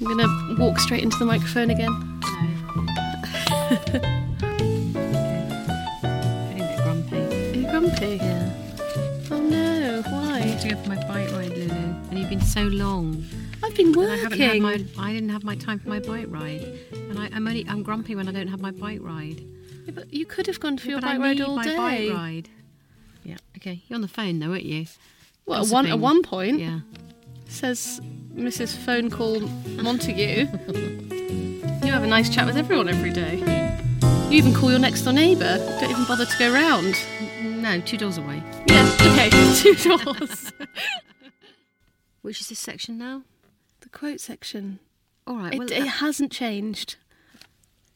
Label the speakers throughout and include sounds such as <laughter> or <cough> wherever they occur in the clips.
Speaker 1: I'm gonna walk straight into the microphone again.
Speaker 2: Feeling a bit grumpy.
Speaker 1: Are you grumpy?
Speaker 2: Yeah.
Speaker 1: Oh no,
Speaker 2: I
Speaker 1: why?
Speaker 2: need to go for my bike ride, Lulu. And you've been so long.
Speaker 1: I've been
Speaker 2: And I haven't had
Speaker 1: working.
Speaker 2: my. I didn't have my time for my bike ride. And I, I'm only. I'm grumpy when I don't have my bike ride.
Speaker 1: Yeah, but you could have gone for your
Speaker 2: but I
Speaker 1: bike ride
Speaker 2: need
Speaker 1: all
Speaker 2: my
Speaker 1: day.
Speaker 2: bike ride. Yeah. Okay. You're on the phone though, aren't you?
Speaker 1: Well, at
Speaker 2: Gossiping.
Speaker 1: one, at one point,
Speaker 2: Yeah.
Speaker 1: says Mrs. Phone Call Montague, you have a nice chat with everyone every day. You even call your next door neighbour. Don't even bother to go round.
Speaker 2: No, two doors away.
Speaker 1: Yes, okay, <laughs> two doors.
Speaker 2: Which is this section now?
Speaker 1: the quote section.
Speaker 2: All <laughs> right.
Speaker 1: It,
Speaker 2: well,
Speaker 1: it
Speaker 2: uh,
Speaker 1: hasn't changed.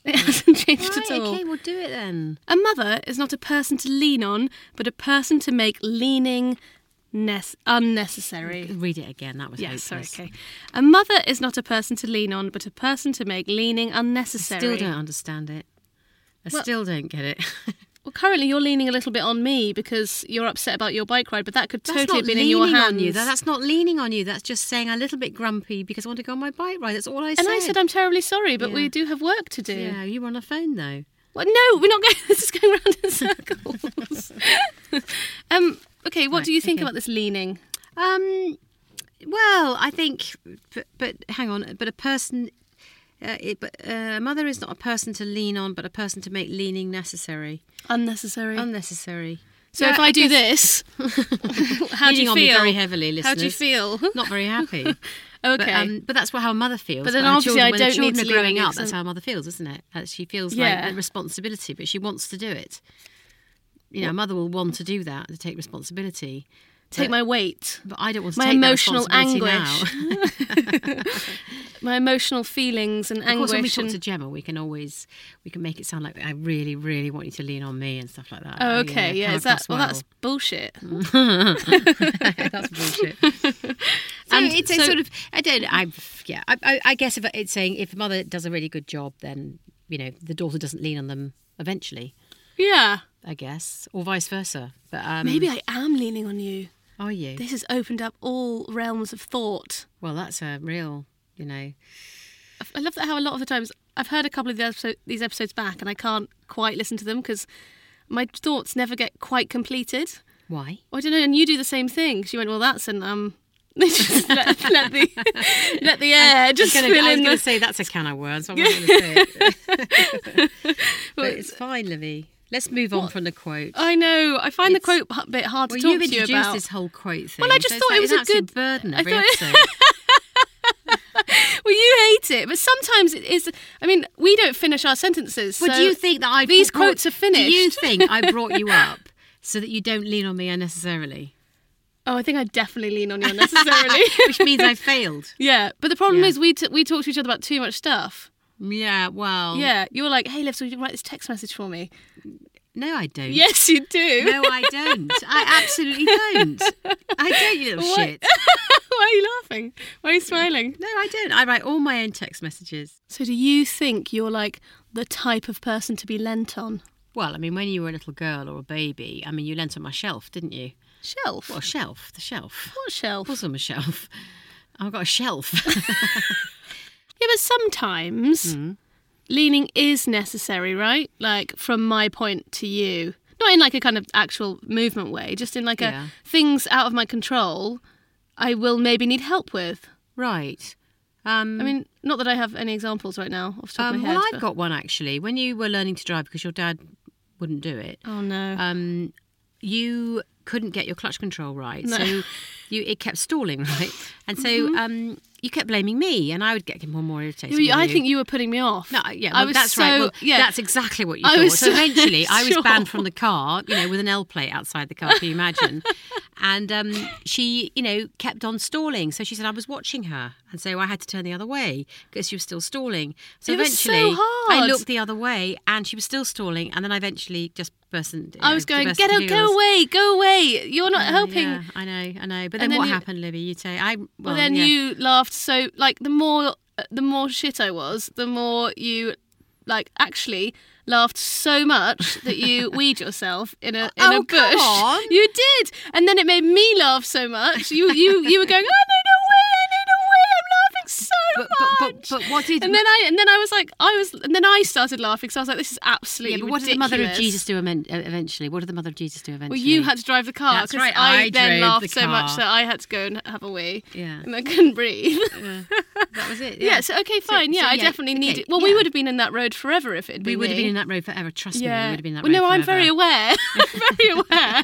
Speaker 1: It hasn't changed
Speaker 2: right,
Speaker 1: at all.
Speaker 2: Okay, we'll do it then.
Speaker 1: A mother is not a person to lean on, but a person to make leaning nes- unnecessary.
Speaker 2: Read it again. That was
Speaker 1: Yes, sorry,
Speaker 2: hopeless.
Speaker 1: okay. A mother is not a person to lean on, but a person to make leaning
Speaker 2: I
Speaker 1: unnecessary.
Speaker 2: still don't understand it. I
Speaker 1: Well-
Speaker 2: still don't get it. <laughs>
Speaker 1: Well, currently you're leaning a little bit on me because you're upset about your bike ride, but that could
Speaker 2: That's
Speaker 1: totally
Speaker 2: not
Speaker 1: have been in your
Speaker 2: leaning
Speaker 1: hands.
Speaker 2: On you. That- That's not leaning on you. That's just saying I'm a little bit grumpy because I want to go on my bike ride. That's all I said.
Speaker 1: and I said I'm terribly sorry, but
Speaker 2: Yeah.
Speaker 1: we do have work to do.
Speaker 2: Yeah, you were on the phone though.
Speaker 1: Well, no, we're not going. <laughs> this is going round in
Speaker 2: <laughs>
Speaker 1: circles. um. Okay. What
Speaker 2: Right,
Speaker 1: do you think
Speaker 2: okay.
Speaker 1: about this leaning?
Speaker 2: Um, well, I think, but, but hang on, but a person. Uh, it, but uh, a mother is not a person to lean on, but a person to make leaning necessary,
Speaker 1: Unnecessary.
Speaker 2: unnecessary.
Speaker 1: so
Speaker 2: Yeah,
Speaker 1: if I, do this, <laughs> how do you
Speaker 2: Leaning
Speaker 1: feel?
Speaker 2: on me very heavily,
Speaker 1: How do you
Speaker 2: listeners.
Speaker 1: feel?
Speaker 2: not very happy.
Speaker 1: <laughs> okay.
Speaker 2: But, um, but that's what how a mother feels.
Speaker 1: But then
Speaker 2: her
Speaker 1: obviously
Speaker 2: children,
Speaker 1: I
Speaker 2: when her
Speaker 1: don't need
Speaker 2: children
Speaker 1: to
Speaker 2: are growing
Speaker 1: lean on
Speaker 2: up. That's
Speaker 1: them.
Speaker 2: how a mother feels, isn't it? That she feels
Speaker 1: Yeah.
Speaker 2: like a responsibility, but she wants to do it. You know, a mother will want to do that to take responsibility.
Speaker 1: Take my weight.
Speaker 2: But I don't want to
Speaker 1: My
Speaker 2: take that
Speaker 1: emotional
Speaker 2: responsibility
Speaker 1: anguish.
Speaker 2: now.
Speaker 1: my emotional feelings and
Speaker 2: <laughs> Of
Speaker 1: anguish.
Speaker 2: course, when we talk
Speaker 1: and-
Speaker 2: to Gemma, we can always we can make it sound like I really, really want you to lean on me and stuff like that.
Speaker 1: Oh, okay. Yeah.
Speaker 2: come
Speaker 1: Is that
Speaker 2: across
Speaker 1: well? Mm. That's bullshit.
Speaker 2: well. that's bullshit.
Speaker 1: <laughs>
Speaker 2: <laughs> and it's a
Speaker 1: so-
Speaker 2: sort of I don't I yeah I, I, I guess if it's saying if a mother does a really good job, then you know the daughter doesn't lean on them eventually.
Speaker 1: Yeah.
Speaker 2: I guess or vice versa. But um,
Speaker 1: Maybe I am leaning on you.
Speaker 2: are you?
Speaker 1: This has opened up all realms of thought.
Speaker 2: well, that's a real you know.
Speaker 1: I- I love that how a lot of the times I've heard a couple of the episode, these episodes back and I can't quite listen to them because my thoughts never get quite completed.
Speaker 2: Why?
Speaker 1: "Oh, I don't know, and you do the same thing. She went, well, that's an um. <laughs> just let, let <laughs> the let the air just
Speaker 2: I was
Speaker 1: fill in.
Speaker 2: going to
Speaker 1: The,
Speaker 2: say that's a can of worms. but I'm
Speaker 1: <laughs>
Speaker 2: not going to say it. but it's fine, Livy. Let's move on from the quote.
Speaker 1: I know. I find the
Speaker 2: It's-
Speaker 1: quote a bit hard
Speaker 2: Well,
Speaker 1: to talk
Speaker 2: you
Speaker 1: to you
Speaker 2: introduced
Speaker 1: about.
Speaker 2: this whole quote thing.
Speaker 1: Well, I just
Speaker 2: so
Speaker 1: thought it was
Speaker 2: it's like
Speaker 1: a
Speaker 2: an absolute
Speaker 1: good-
Speaker 2: burden.
Speaker 1: I
Speaker 2: Every
Speaker 1: thought <laughs> it-
Speaker 2: episode.
Speaker 1: Well, you hate it, but sometimes it is. I mean, we don't finish our sentences.
Speaker 2: But
Speaker 1: so
Speaker 2: do you think that I
Speaker 1: these
Speaker 2: brought-
Speaker 1: quotes are finished?
Speaker 2: Do you think
Speaker 1: <laughs>
Speaker 2: I brought you up so that you don't lean on me unnecessarily?
Speaker 1: Oh, I think I definitely lean <laughs> on you unnecessarily.
Speaker 2: Which
Speaker 1: <laughs>
Speaker 2: means I failed.
Speaker 1: yeah, but the problem
Speaker 2: Yeah.
Speaker 1: is we t- we talk to each other about too much stuff.
Speaker 2: Yeah. Well.
Speaker 1: Yeah, you're like, hey, Liv, so you write this text message for me.
Speaker 2: No, I don't.
Speaker 1: Yes, you do. <laughs>
Speaker 2: No, I don't. I absolutely don't. I don't, you little
Speaker 1: What?
Speaker 2: shit.
Speaker 1: Why are you laughing? Why are you smiling?
Speaker 2: No, I don't. I write all my own text messages.
Speaker 1: So, do you think you're like the type of person to be lent on?
Speaker 2: Well, I mean, when you were a little girl or a baby, I mean, you lent on my shelf, didn't you?
Speaker 1: Shelf.
Speaker 2: Well, shelf, the shelf.
Speaker 1: What shelf?
Speaker 2: was on my shelf. I've got a shelf. <laughs>
Speaker 1: Yeah, but sometimes
Speaker 2: Hmm.
Speaker 1: leaning is necessary, right? Like from my point to you. Not in like a kind of actual movement way, just in like
Speaker 2: Yeah.
Speaker 1: a things out of my control. I will maybe need help with.
Speaker 2: Right. Um,
Speaker 1: I mean, not that I have any examples right now off the top
Speaker 2: um,
Speaker 1: of my head.
Speaker 2: well, I've
Speaker 1: but-
Speaker 2: got one actually. When you were learning to drive, because your dad wouldn't do it,
Speaker 1: Oh no.
Speaker 2: um, you couldn't get your clutch control right,
Speaker 1: No. Mm-hmm.
Speaker 2: so you it kept stalling, <laughs> right? And so um, you kept blaming me, and I would get more and more irritated.
Speaker 1: You-
Speaker 2: with
Speaker 1: I
Speaker 2: you.
Speaker 1: think you were putting me off.
Speaker 2: No, yeah,
Speaker 1: I
Speaker 2: well,
Speaker 1: was
Speaker 2: that's
Speaker 1: so,
Speaker 2: right. Well,
Speaker 1: yeah,
Speaker 2: that's exactly what you
Speaker 1: I
Speaker 2: thought.
Speaker 1: was
Speaker 2: so
Speaker 1: so
Speaker 2: eventually, I was banned
Speaker 1: <laughs> sure.
Speaker 2: from the car, you know, with an L plate outside the car. Can
Speaker 1: <laughs>
Speaker 2: you imagine? and um, she, you know, kept on stalling. So she said I was watching her, and so I had to turn the other way because she was still stalling. So
Speaker 1: It was so
Speaker 2: eventually, I
Speaker 1: hard.
Speaker 2: looked the other way, and she was still stalling. And then I eventually just burst. Into,
Speaker 1: I was going, get out, go away, go away. You're not helping.
Speaker 2: Yeah, I know, I know. But then,
Speaker 1: And then
Speaker 2: what
Speaker 1: you-
Speaker 2: happened, Libby? You say I. Well,
Speaker 1: Well, then
Speaker 2: yeah.
Speaker 1: you laughed. So, like, the more uh, the more shit I was, the more you, like, actually laughed so
Speaker 2: <laughs>
Speaker 1: much that you weed yourself in a in
Speaker 2: Oh,
Speaker 1: a bush.
Speaker 2: come on.
Speaker 1: You did, and then it made me laugh so much. You you you were going, I need a wee, I need a wee. I'm laughing so
Speaker 2: But,
Speaker 1: much.
Speaker 2: but, but, but what did?
Speaker 1: and then I and then I was like I was and then I started laughing so I was like this is absolutely
Speaker 2: yeah, but what did the mother of
Speaker 1: ridiculous.
Speaker 2: Jesus do amen- eventually? What did the mother of Jesus do
Speaker 1: Well,
Speaker 2: eventually?
Speaker 1: you had to drive the car
Speaker 2: That's
Speaker 1: because
Speaker 2: right,
Speaker 1: I,
Speaker 2: I
Speaker 1: then
Speaker 2: drove the
Speaker 1: laughed so much
Speaker 2: car.
Speaker 1: that I had to go and have a wee.
Speaker 2: Yeah.
Speaker 1: and I couldn't breathe.
Speaker 2: That was it.
Speaker 1: Yeah, so okay, fine. yeah,
Speaker 2: so,
Speaker 1: I
Speaker 2: yeah,
Speaker 1: definitely
Speaker 2: okay,
Speaker 1: needed. Well,
Speaker 2: yeah.
Speaker 1: we would have been in that road forever if it had been
Speaker 2: we would have
Speaker 1: me.
Speaker 2: been in that road forever. Trust me, we would have been in that
Speaker 1: well,
Speaker 2: road
Speaker 1: no, I'm
Speaker 2: forever.
Speaker 1: very aware,
Speaker 2: <laughs>
Speaker 1: <laughs> very aware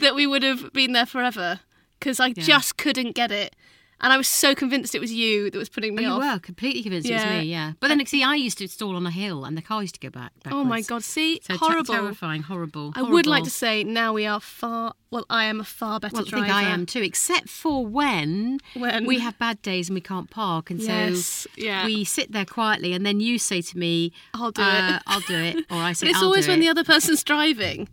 Speaker 1: that we would have been there forever because I just couldn't get it, and I was so convinced it was you that was putting
Speaker 2: Oh,
Speaker 1: me
Speaker 2: you
Speaker 1: off.
Speaker 2: were completely convinced it
Speaker 1: Yeah.
Speaker 2: was me, yeah. But then, see, I used to stall on a hill, and the car used to go back. Backwards.
Speaker 1: Oh my god! See,
Speaker 2: so ter-
Speaker 1: horrible.
Speaker 2: terrifying, horrible.
Speaker 1: I would like
Speaker 2: horrible.
Speaker 1: to say now we are far. Well, I am a far better
Speaker 2: Well, I
Speaker 1: driver.
Speaker 2: think I am too, except for when,
Speaker 1: When-
Speaker 2: we have bad days and we can't park, and
Speaker 1: Yes,
Speaker 2: so
Speaker 1: yeah.
Speaker 2: we sit there quietly, and then you say to me,
Speaker 1: I'll do
Speaker 2: uh,
Speaker 1: it.
Speaker 2: I'll do it," or I
Speaker 1: But
Speaker 2: say,
Speaker 1: it's
Speaker 2: "I'll
Speaker 1: always
Speaker 2: do
Speaker 1: when
Speaker 2: it."
Speaker 1: the other person's driving.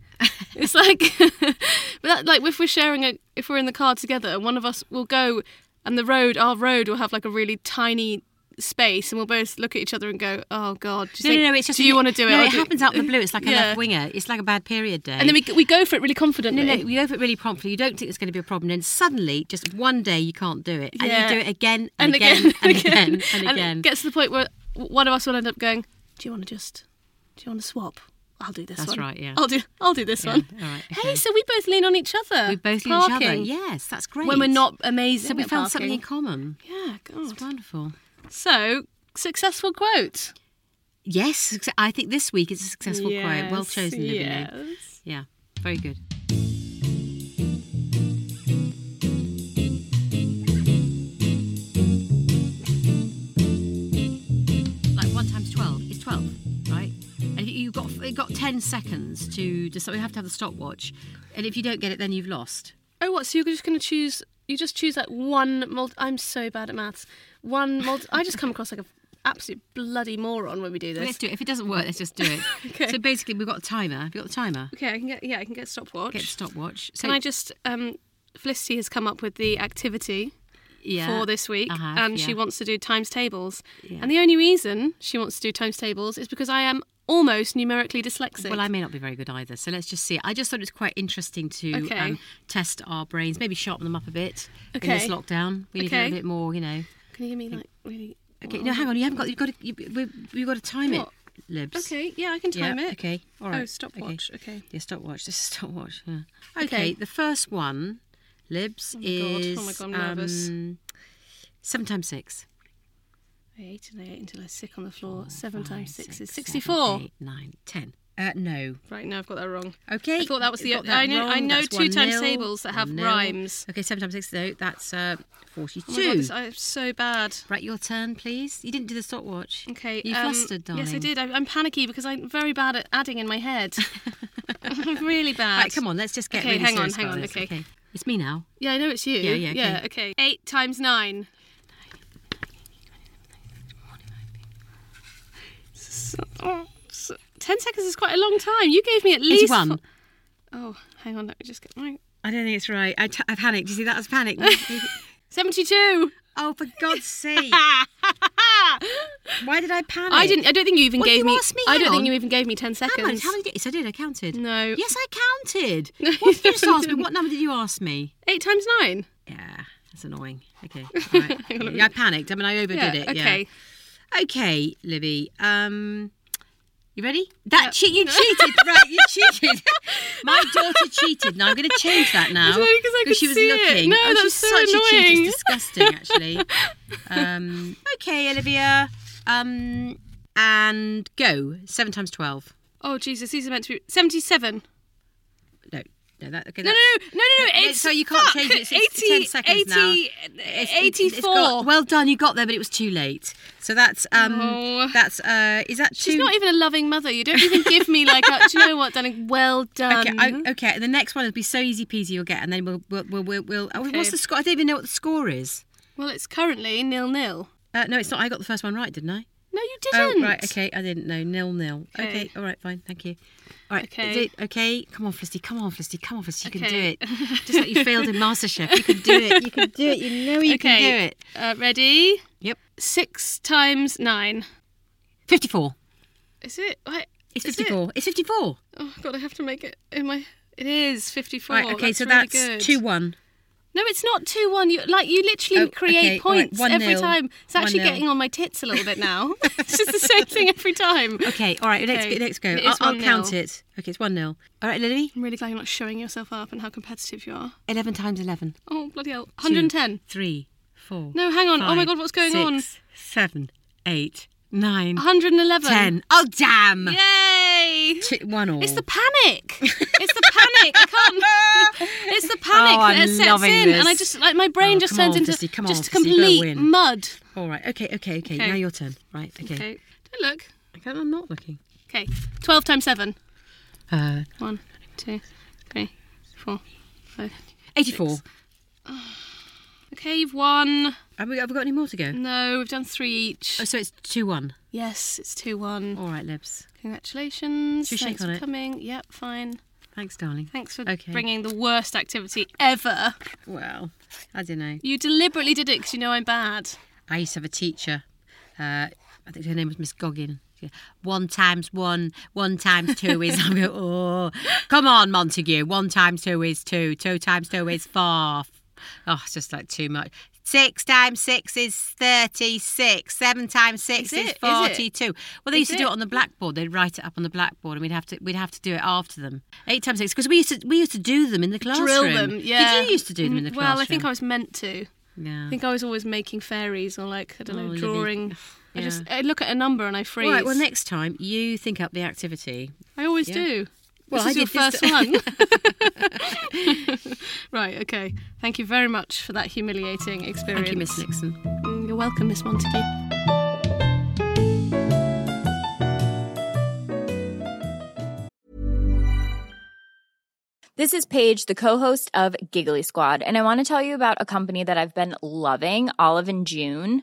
Speaker 1: It's like, <laughs> but that, like if we're sharing a, if we're in the car together, and one of us will go, and the road, our road will have like a really tiny space, and we'll both look at each other and go, "Oh God." Do you
Speaker 2: No, no,
Speaker 1: think-
Speaker 2: no, it's just
Speaker 1: Do you
Speaker 2: when
Speaker 1: want to do it?
Speaker 2: No,
Speaker 1: I'll
Speaker 2: it
Speaker 1: do
Speaker 2: happens out in the blue. It's like a
Speaker 1: Yeah.
Speaker 2: left winger. It's like a bad period day.
Speaker 1: And then we we go for it really confidently.
Speaker 2: No, no, you over it really promptly. You don't think there's going to be a problem. Then suddenly, just one day, you can't do it, and
Speaker 1: Yeah.
Speaker 2: you do it again
Speaker 1: and
Speaker 2: and, again,
Speaker 1: <laughs>
Speaker 2: and again and
Speaker 1: And
Speaker 2: again.
Speaker 1: it gets to the point where one of us will end up going, "Do you want to just? Do you want to swap? I'll do this
Speaker 2: That's
Speaker 1: one.
Speaker 2: right, yeah.
Speaker 1: I'll do. I'll do this one.
Speaker 2: all right,
Speaker 1: Hey, so we both lean on each other.
Speaker 2: we both lean each
Speaker 1: parking,
Speaker 2: other. Yes, that's great.
Speaker 1: When we're not amazing,
Speaker 2: so we
Speaker 1: at
Speaker 2: found something in
Speaker 1: parking.
Speaker 2: common.
Speaker 1: Yeah, God.
Speaker 2: It's wonderful.
Speaker 1: So successful quote.
Speaker 2: Yes, suc- I think this week is a successful quote. Well chosen, Libby. Lou. Yeah, very good. Like one times twelve is twelve, right? And if you- you've got you've got ten seconds to do something. You have to have the stopwatch, and if you don't get it, then you've lost.
Speaker 1: Oh, what? So you're just going to choose? You just choose like one multi. I'm so bad at maths. One multi. I just come across like a absolute bloody moron when we do
Speaker 2: Let's
Speaker 1: this.
Speaker 2: do it. If it doesn't work, let's just do it.
Speaker 1: <laughs> Okay.
Speaker 2: So basically, we've got a timer. Have you got the timer?
Speaker 1: Okay, I can get. Yeah, I can get stopwatch.
Speaker 2: Get the stopwatch. So,
Speaker 1: Can I just? Um, Felicity has come up with the activity
Speaker 2: yeah.
Speaker 1: for this week,
Speaker 2: I have,
Speaker 1: and
Speaker 2: yeah.
Speaker 1: she wants to do times tables.
Speaker 2: Yeah.
Speaker 1: And the only reason she wants to do times tables is because I am almost numerically dyslexic.
Speaker 2: Well, I may not be very good either, so let's just see. I just thought it was quite interesting to
Speaker 1: Okay.
Speaker 2: um, test our brains, maybe sharpen them up a bit in this
Speaker 1: Okay.
Speaker 2: lockdown. We need a
Speaker 1: Okay.
Speaker 2: little bit more, you know.
Speaker 1: Can you give me like really?
Speaker 2: Okay, no, hang on. You haven't got. You've got to. You, we, we've got to time
Speaker 1: What?
Speaker 2: it, Libs.
Speaker 1: Okay, yeah, I can time
Speaker 2: yeah,
Speaker 1: it.
Speaker 2: Okay. All right.
Speaker 1: Oh, stopwatch. Okay.
Speaker 2: Okay. Yeah, stopwatch. <laughs> This is stopwatch. Yeah. Okay.
Speaker 1: Okay.
Speaker 2: The first one, Libs,
Speaker 1: Oh my God. Oh
Speaker 2: is
Speaker 1: my God, I'm nervous.
Speaker 2: um, seven times six.
Speaker 1: I ate and I ate until I was sick on the floor. Seven times six, is
Speaker 2: seven,
Speaker 1: sixty-four.
Speaker 2: eight, nine, ten. Uh, no.
Speaker 1: Right now, I've got that wrong.
Speaker 2: Okay.
Speaker 1: I thought that was the-
Speaker 2: Got
Speaker 1: I know- I
Speaker 2: wrong.
Speaker 1: know
Speaker 2: That's
Speaker 1: two
Speaker 2: one
Speaker 1: times
Speaker 2: nil,
Speaker 1: tables that have
Speaker 2: one nil.
Speaker 1: rhymes.
Speaker 2: Okay, seven times six. No, that's uh,
Speaker 1: Oh
Speaker 2: forty-two.
Speaker 1: my God, this, I'm so bad.
Speaker 2: Right, your turn, please. You didn't do the stopwatch.
Speaker 1: Okay,
Speaker 2: You
Speaker 1: um,
Speaker 2: flustered, darling.
Speaker 1: Yes, I
Speaker 2: <laughs>
Speaker 1: did. <laughs> I, I'm panicky because I'm very bad at adding in my head. I'm really bad.
Speaker 2: Right, come on, let's just get
Speaker 1: Okay,
Speaker 2: really
Speaker 1: hang on,
Speaker 2: serious
Speaker 1: hang
Speaker 2: about
Speaker 1: on,
Speaker 2: this.
Speaker 1: okay.
Speaker 2: It's me now.
Speaker 1: Yeah, I know it's you.
Speaker 2: Yeah, yeah, okay.
Speaker 1: okay. Eight times nine. Ten seconds is quite a long time. You gave me at least
Speaker 2: Eighty-one.
Speaker 1: fo- Oh, hang on. Let me just get my
Speaker 2: I don't think it's right. I, t- I panicked. You see, that was
Speaker 1: <laughs>
Speaker 2: panic.
Speaker 1: seventy-two.
Speaker 2: oh, for
Speaker 1: <laughs>
Speaker 2: God's sake. Why did I panic?
Speaker 1: I didn't. I don't think you even
Speaker 2: Well,
Speaker 1: gave
Speaker 2: you
Speaker 1: me.
Speaker 2: asked me,
Speaker 1: I
Speaker 2: hang
Speaker 1: don't
Speaker 2: on.
Speaker 1: think you even gave me ten
Speaker 2: How much?
Speaker 1: seconds.
Speaker 2: How many did Yes, I did. I counted.
Speaker 1: No.
Speaker 2: Yes, I
Speaker 1: <laughs>
Speaker 2: counted.
Speaker 1: No,
Speaker 2: What did you
Speaker 1: you
Speaker 2: just ask me?
Speaker 1: didn't.
Speaker 2: What number did you ask me?
Speaker 1: Eight times nine.
Speaker 2: Yeah, that's annoying.
Speaker 1: <laughs>
Speaker 2: Okay. All right. yeah, I panicked. I mean, I overdid
Speaker 1: yeah.
Speaker 2: it.
Speaker 1: Okay.
Speaker 2: Yeah. Okay, Libby. Um, You ready? That
Speaker 1: <laughs>
Speaker 2: cheat you cheated, right? You cheated. My daughter cheated. Now I'm going to change that now
Speaker 1: It's only 'cause I could
Speaker 2: she was
Speaker 1: see it.
Speaker 2: looking.
Speaker 1: No,
Speaker 2: oh,
Speaker 1: that's
Speaker 2: she's
Speaker 1: so
Speaker 2: such a cheat.
Speaker 1: annoying.
Speaker 2: It's disgusting,
Speaker 1: <laughs>
Speaker 2: actually. um, okay, Olivia. Um, and go. Seven times twelve.
Speaker 1: Oh Jesus, these are meant to be seventy-seven.
Speaker 2: No, no, that. Okay,
Speaker 1: No, no,
Speaker 2: that's-
Speaker 1: no, no, no, no.
Speaker 2: No,
Speaker 1: It's
Speaker 2: so you can't
Speaker 1: fuck,
Speaker 2: change it, so it's 10 seconds
Speaker 1: 80,
Speaker 2: now.
Speaker 1: 80,
Speaker 2: It's- it's- it's
Speaker 1: 84.
Speaker 2: got- well done, you got there, but it was too late. So that's um,
Speaker 1: No.
Speaker 2: that's uh, is that
Speaker 1: She's
Speaker 2: two?
Speaker 1: not even a loving mother. You don't even give me like, a, do you know what, darling? Well done.
Speaker 2: Okay, I, okay. The next one will be so easy peasy. You'll get, and then we'll we'll we'll. we'll, we'll oh,
Speaker 1: Okay.
Speaker 2: What's the score? I don't even know what the score is.
Speaker 1: well, it's currently nil nil.
Speaker 2: Uh, no, it's not. I got the first one right, didn't I?
Speaker 1: No, you didn't.
Speaker 2: Oh, right. Okay, I didn't know. Nil nil. Okay.
Speaker 1: Okay.
Speaker 2: All right. Fine. Thank you. All right.
Speaker 1: Okay.
Speaker 2: is it- okay. Come on, Felicity. Come on, Felicity. Come on, Felicity. You
Speaker 1: Okay.
Speaker 2: can do it. Just
Speaker 1: <laughs>
Speaker 2: like you failed in MasterChef, you can do it. You can do it. You know you can do
Speaker 1: Okay.
Speaker 2: it.
Speaker 1: Uh, ready?
Speaker 2: Yep.
Speaker 1: Six times nine.
Speaker 2: Fifty-four.
Speaker 1: Is it? What?
Speaker 2: It's
Speaker 1: Is it?
Speaker 2: fifty-four. It's fifty-four.
Speaker 1: Oh God, I have to make it in my. It is fifty-four.
Speaker 2: Right. Okay.
Speaker 1: Oh, that's
Speaker 2: so
Speaker 1: really
Speaker 2: that's
Speaker 1: good.
Speaker 2: two-one.
Speaker 1: No, it's not two one. You like you literally
Speaker 2: Oh,
Speaker 1: create
Speaker 2: okay, all right,
Speaker 1: points
Speaker 2: one
Speaker 1: every
Speaker 2: nil,
Speaker 1: time. It's
Speaker 2: one
Speaker 1: actually
Speaker 2: nil.
Speaker 1: getting on my tits a little bit <laughs> now. it's just the same thing every time.
Speaker 2: Okay. All right. Let's
Speaker 1: Okay,
Speaker 2: let's go.
Speaker 1: it is
Speaker 2: I'll, I'll
Speaker 1: one
Speaker 2: count
Speaker 1: nil.
Speaker 2: it. Okay. It's one nil. All right, Lily.
Speaker 1: I'm really glad you're not showing yourself up and how competitive you are.
Speaker 2: Eleven times eleven.
Speaker 1: Oh bloody hell!
Speaker 2: Two,
Speaker 1: 110.
Speaker 2: Three, four.
Speaker 1: No, hang on. Oh my God, what's going on?
Speaker 2: six, Seven, eight, nine,
Speaker 1: 111.
Speaker 2: ten. Oh damn!
Speaker 1: Yay!
Speaker 2: Two- one all.
Speaker 1: It's the panic. It's the <laughs> panic. I can't. It's the panic
Speaker 2: Oh, I'm
Speaker 1: that sets
Speaker 2: loving
Speaker 1: in, and I
Speaker 2: this.
Speaker 1: just like my brain
Speaker 2: Oh,
Speaker 1: just
Speaker 2: come
Speaker 1: turns
Speaker 2: on,
Speaker 1: into
Speaker 2: Fizzy, come on,
Speaker 1: just
Speaker 2: Fizzy, you're gonna
Speaker 1: complete
Speaker 2: win.
Speaker 1: mud.
Speaker 2: All right. Okay. Okay.
Speaker 1: Okay.
Speaker 2: Okay. Now your turn. Right. Okay.
Speaker 1: Okay, don't look.
Speaker 2: Okay, I'm not looking.
Speaker 1: Okay, twelve times seven.
Speaker 2: Uh,
Speaker 1: One, two, three, four, five.
Speaker 2: eighty-four.
Speaker 1: Okay, you've won.
Speaker 2: Have we, have we got any more to go?
Speaker 1: No, we've done three each.
Speaker 2: Oh, so it's two-one.
Speaker 1: Yes, it's two one.
Speaker 2: All right, Libs.
Speaker 1: Congratulations.
Speaker 2: Should we shake
Speaker 1: Thanks
Speaker 2: on
Speaker 1: for
Speaker 2: it?
Speaker 1: coming. Yep, fine.
Speaker 2: Thanks, darling.
Speaker 1: Thanks for
Speaker 2: Okay.
Speaker 1: bringing the worst activity ever.
Speaker 2: Well, I don't know.
Speaker 1: You deliberately did it because you know I'm bad.
Speaker 2: I used to have a teacher. Uh, I think her name was Miss Goggin. She- One times one, one times two is. <laughs> I go, oh, come on, Montague. One times two is two. Two times two is four. Oh, it's just like too much. Six times six is thirty-six. Seven times
Speaker 1: Is
Speaker 2: six is,
Speaker 1: it? Is it?
Speaker 2: forty-two. Well, they
Speaker 1: Is
Speaker 2: used to do
Speaker 1: it?
Speaker 2: it on the blackboard. They'd write it up on the blackboard, and we'd have to we'd have to do it after them. Eight times six because we used to we used to do them in the classroom.
Speaker 1: Drill them. Yeah.
Speaker 2: Did you used to do them in the
Speaker 1: Mm,
Speaker 2: classroom?
Speaker 1: Well, I think I was meant to.
Speaker 2: Yeah.
Speaker 1: I think I was always making fairies or like I don't
Speaker 2: Oh,
Speaker 1: know
Speaker 2: Libby.
Speaker 1: drawing. I
Speaker 2: Yeah.
Speaker 1: just I look at a number and I freeze.
Speaker 2: Right. Well, next time you think up the activity.
Speaker 1: I always
Speaker 2: yeah.
Speaker 1: do.
Speaker 2: Well,
Speaker 1: Well, this
Speaker 2: I
Speaker 1: is your
Speaker 2: did
Speaker 1: first
Speaker 2: this-
Speaker 1: one.
Speaker 2: <laughs>
Speaker 1: right. Okay. Thank you very much for that humiliating experience.
Speaker 2: Thank you, Miss Nixon.
Speaker 1: Mm, You're welcome, Miss Montague.
Speaker 3: This is Paige, the co-host of Giggly Squad, and I want to tell you about a company that I've been loving, Olive and June.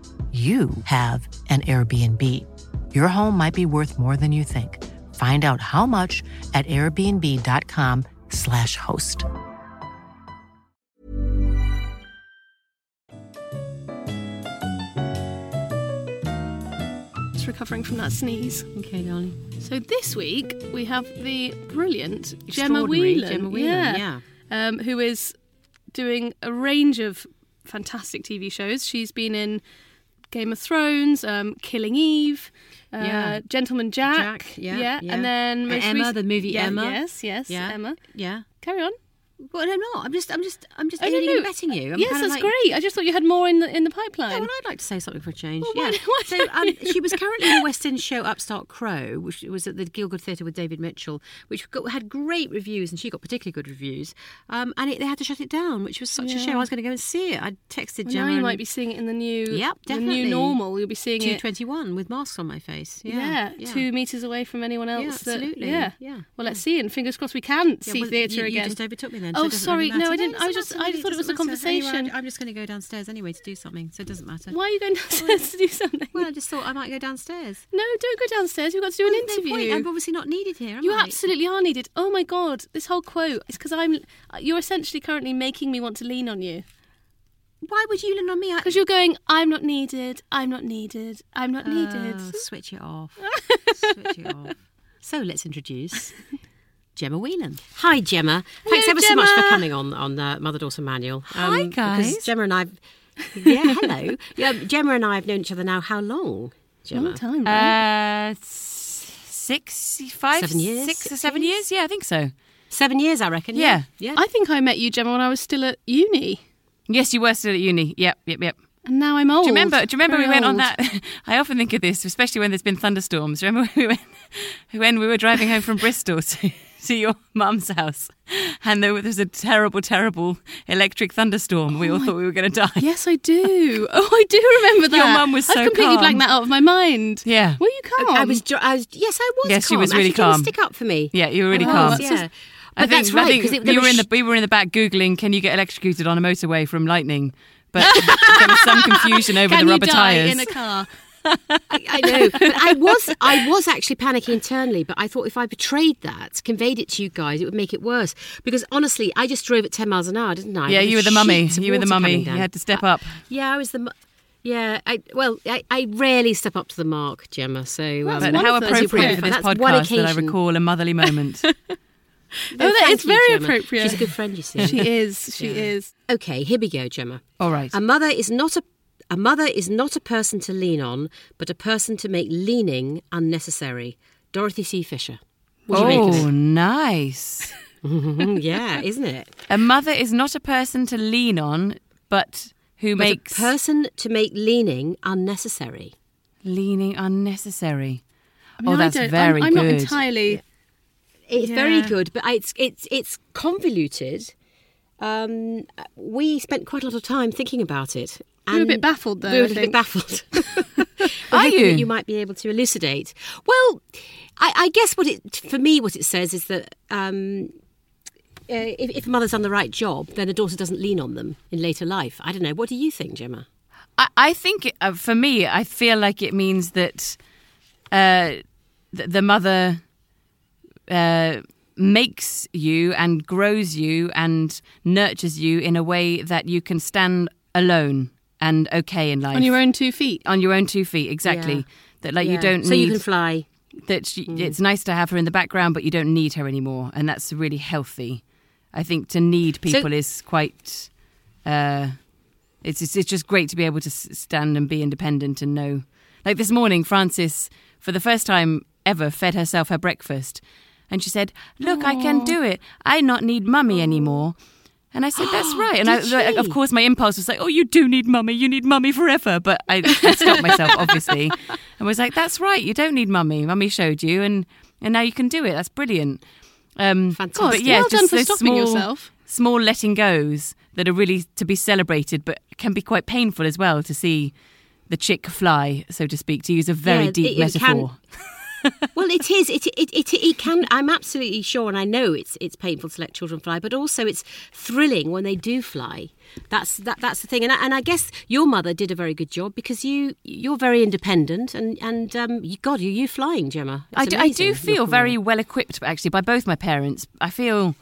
Speaker 4: you have an Airbnb. Your home might be worth more than you think. Find out how much at airbnb.com slash host.
Speaker 1: Just recovering from that sneeze.
Speaker 2: Okay, darling.
Speaker 1: So this week we have the brilliant Gemma
Speaker 2: Extraordinary
Speaker 1: Whelan,
Speaker 2: Gemma Whelan, yeah.
Speaker 1: Um, who is doing a range of fantastic TV shows. She's been in Game of Thrones, um, Killing Eve, uh,
Speaker 2: Yeah.
Speaker 1: Gentleman Jack,
Speaker 2: Jack, yeah, yeah.
Speaker 1: and then
Speaker 2: And
Speaker 1: most
Speaker 2: Emma,
Speaker 1: recent-
Speaker 2: the movie
Speaker 1: Yeah,
Speaker 2: Emma.
Speaker 1: Yes, yes,
Speaker 2: Yeah.
Speaker 1: Emma.
Speaker 2: Yeah.
Speaker 1: Carry on.
Speaker 2: Well, I'm not. I'm just, I'm just, I'm just
Speaker 1: Oh, no,
Speaker 2: aiding
Speaker 1: no.
Speaker 2: and abetting you. I'm
Speaker 1: yes,
Speaker 2: kinda
Speaker 1: that's
Speaker 2: like- Oh,
Speaker 1: great. I just thought you had more in the in the pipeline.
Speaker 2: Yeah, well, I'd like to say something for a change.
Speaker 1: Well, why-
Speaker 2: yeah.
Speaker 1: <laughs> why
Speaker 2: so
Speaker 1: don't
Speaker 2: um,
Speaker 1: you?
Speaker 2: she was currently in the West End show Upstart Crow, which was at the Gilgood Theatre with David Mitchell, which got, had great reviews, and she got particularly good reviews. Um, and it, they had to shut it down, which was such a shame. I was going to go and see it. I texted
Speaker 1: Well,
Speaker 2: Gemma.
Speaker 1: now you
Speaker 2: and-
Speaker 1: might be seeing it in the new,
Speaker 2: Yep,
Speaker 1: the
Speaker 2: definitely.
Speaker 1: new normal. You'll be seeing it
Speaker 2: 221 with masks on my face. Yeah.
Speaker 1: Yeah, two meters away from anyone else. that-
Speaker 2: absolutely.
Speaker 1: yeah.
Speaker 2: Yeah,
Speaker 1: Well, let's see, and fingers crossed we can
Speaker 2: Yeah,
Speaker 1: see
Speaker 2: well,
Speaker 1: theatre
Speaker 2: you- you
Speaker 1: again.
Speaker 2: just overtook me then. so
Speaker 1: Oh,
Speaker 2: it doesn't really
Speaker 1: sorry. No,
Speaker 2: matter.
Speaker 1: I didn't. I
Speaker 2: doesn't
Speaker 1: was just.
Speaker 2: matter,
Speaker 1: I just thought it was a
Speaker 2: doesn't matter. Anyway,
Speaker 1: conversation.
Speaker 2: I- I'm just going to go downstairs anyway to do something, so it doesn't matter.
Speaker 1: Why are you going <laughs> downstairs to do something?
Speaker 2: Well, I just thought I might go downstairs.
Speaker 1: no, don't go downstairs. We've got to do an
Speaker 2: There's no point.
Speaker 1: interview.
Speaker 2: I'm obviously not needed here. Am
Speaker 1: you
Speaker 2: I?
Speaker 1: absolutely are needed. Oh my god, this whole quote is because I'm. You're essentially currently making me want to lean on you
Speaker 2: Why would you lean on me? I-
Speaker 1: because you're going. I'm not needed. I'm not needed. I'm
Speaker 5: Ah,
Speaker 1: not needed.
Speaker 2: Oh, switch it <laughs> off. switch it off. So let's <laughs> introduce Gemma Whelan. Hi, Gemma. Thanks ever so much for coming on on uh, Mother Daughter Manual. Um,
Speaker 5: Hi, guys.
Speaker 2: Because Gemma and I. Yeah, <laughs> hello. Yeah, Gemma and I have known each other now. How long? Gemma.
Speaker 1: Long time. right?
Speaker 5: Uh, s- six, five,
Speaker 2: Seven years,
Speaker 5: six or
Speaker 2: six
Speaker 5: seven
Speaker 2: years?
Speaker 5: years. Yeah, I think so.
Speaker 2: Seven years, I reckon. Yeah.
Speaker 1: I think I met you, Gemma, when I was still at uni,
Speaker 5: Yes, you were still at uni. Yep, yep, yep.
Speaker 1: and now I'm old.
Speaker 2: Oh,
Speaker 5: Do you remember? Do you remember
Speaker 1: Very
Speaker 5: we went on
Speaker 1: old.
Speaker 5: that? <laughs> I often think of this, especially when there's been thunderstorms. Remember <laughs> when we went when we were driving home from Bristol <laughs> to, to your mum's house, and there was a terrible, terrible electric thunderstorm.
Speaker 2: Oh
Speaker 5: we all thought we were going to die.
Speaker 1: Yes, I do. Oh, I do remember that.
Speaker 5: Your mum was so
Speaker 1: I've completely
Speaker 5: calm.
Speaker 1: blanked that out of my mind.
Speaker 5: Yeah.
Speaker 1: Were you calm?
Speaker 2: I was, dr- I was. Yes, I was.
Speaker 5: Yes, she
Speaker 2: calm.
Speaker 5: was really
Speaker 2: Actually, didn't
Speaker 5: calm.
Speaker 2: Stick up for me.
Speaker 5: Yeah, you were really
Speaker 2: Oh,
Speaker 5: calm.
Speaker 2: yeah.
Speaker 5: I
Speaker 2: But
Speaker 5: think,
Speaker 2: that's right,
Speaker 5: I think
Speaker 2: 'cause it-
Speaker 5: we
Speaker 2: there
Speaker 5: were in
Speaker 2: was
Speaker 5: the we were in the back googling can you get electrocuted on a motorway from lightning, but <laughs> there was some confusion over
Speaker 1: Can
Speaker 5: the
Speaker 1: you
Speaker 5: rubber
Speaker 1: die
Speaker 5: tires.
Speaker 1: in a car?
Speaker 2: I, I know. But I was I was actually panicking internally, but I thought if I betrayed that, conveyed it to you guys, it would make it worse. Because honestly, I just drove at ten miles an hour, didn't I?
Speaker 5: yeah,
Speaker 2: With a
Speaker 5: you were the mummy.
Speaker 2: sheet of
Speaker 5: You were the
Speaker 2: water
Speaker 5: mummy.
Speaker 2: coming
Speaker 5: You
Speaker 2: down. Uh,
Speaker 5: had to step up.
Speaker 2: Yeah, I was the. mu- Yeah, I, well, I, I rarely step up to the mark, Gemma. So, um,
Speaker 1: That's
Speaker 5: But
Speaker 1: one
Speaker 5: how
Speaker 1: of those
Speaker 5: appropriate
Speaker 1: you
Speaker 5: for this
Speaker 2: That's one
Speaker 5: podcast that I
Speaker 2: occasion.
Speaker 5: recall a motherly moment.
Speaker 2: No,
Speaker 1: Oh, that
Speaker 2: thank
Speaker 1: is
Speaker 2: you,
Speaker 1: very
Speaker 2: Gemma.
Speaker 1: appropriate.
Speaker 2: She's a good friend, you see.
Speaker 1: She is. She is.
Speaker 2: okay, here we go, Gemma.
Speaker 5: All right.
Speaker 2: A mother is not a a mother is not a person to lean on, but a person to make leaning unnecessary. Dorothy C. Fisher. What do you make of
Speaker 5: oh, nice.
Speaker 1: Oh.
Speaker 2: it? yeah,
Speaker 1: <laughs>
Speaker 2: isn't it?
Speaker 5: A mother is not a person to lean on, but who
Speaker 2: But
Speaker 5: makes
Speaker 2: a person to make leaning unnecessary.
Speaker 5: leaning unnecessary.
Speaker 1: I mean,
Speaker 5: oh,
Speaker 1: I
Speaker 5: that's
Speaker 1: don't-
Speaker 5: very
Speaker 1: I'm, I'm
Speaker 5: good.
Speaker 1: not entirely.
Speaker 2: It's very good, but it's it's it's convoluted. Um, we spent quite a lot of time thinking about it.
Speaker 1: We were a
Speaker 2: and
Speaker 1: bit baffled, though.
Speaker 2: we were
Speaker 1: I
Speaker 2: a little
Speaker 1: think.
Speaker 2: bit baffled.
Speaker 5: <laughs>
Speaker 2: <laughs> We're
Speaker 5: Are
Speaker 2: hoping
Speaker 5: you?
Speaker 2: That you might be able to elucidate. Well, I, I guess what it for me what it says is that um, uh, if, if a mother's done the right job, then a daughter doesn't lean on them in later life. I don't know. What do you think, Gemma?
Speaker 5: I, I think uh, for me, I feel like it means that uh, th- the mother uh, makes you and grows you and nurtures you in a way that you can stand alone and okay in life
Speaker 1: On your own two feet.
Speaker 5: on your own two feet. Exactly.
Speaker 2: Yeah.
Speaker 5: That like
Speaker 2: Yeah.
Speaker 5: Uh, you don't
Speaker 2: so
Speaker 5: need
Speaker 2: you can mm. fly.
Speaker 5: that she, it's nice to have her in the background, but you don't need her anymore, and that's really healthy. I think to need people is quite. Uh, it's just, it's just great to be able to s- stand and be independent and know. Like this morning, Frances, for the first time ever, fed herself her breakfast, and she said, "Look, I can do it. I not need mummy anymore." And I said,
Speaker 2: <gasps>
Speaker 5: "That's right." And I,
Speaker 2: Did
Speaker 5: like, of
Speaker 2: she?
Speaker 5: course, my impulse was like, "Oh, you do need mummy. You need mummy forever." But I, I stopped myself, obviously, and was like, "That's right. You don't need mummy. Mummy showed you, and and now you can do it. That's brilliant." Um,
Speaker 2: Fantastic.
Speaker 5: But yeah,
Speaker 1: well done
Speaker 5: just
Speaker 1: for
Speaker 5: those
Speaker 1: stopping
Speaker 5: small,
Speaker 1: yourself.
Speaker 5: Small letting goes that are really to be celebrated, but can be quite painful as well to see the chick fly, so to speak, to use a very
Speaker 2: Yeah, it-
Speaker 5: deep
Speaker 2: it can-
Speaker 5: metaphor.
Speaker 2: well, it is. It, it it it can. I'm absolutely sure, and I know it's it's painful to let children fly, but also it's thrilling when they do fly. That's that that's the thing. And I, and I guess your mother did a very good job because you you're very independent, and and um, you, God, are you flying, Gemma? It's
Speaker 5: I do, I
Speaker 2: amazing
Speaker 5: do
Speaker 2: your
Speaker 5: feel
Speaker 2: career.
Speaker 5: very well equipped, actually, by both my parents. I feel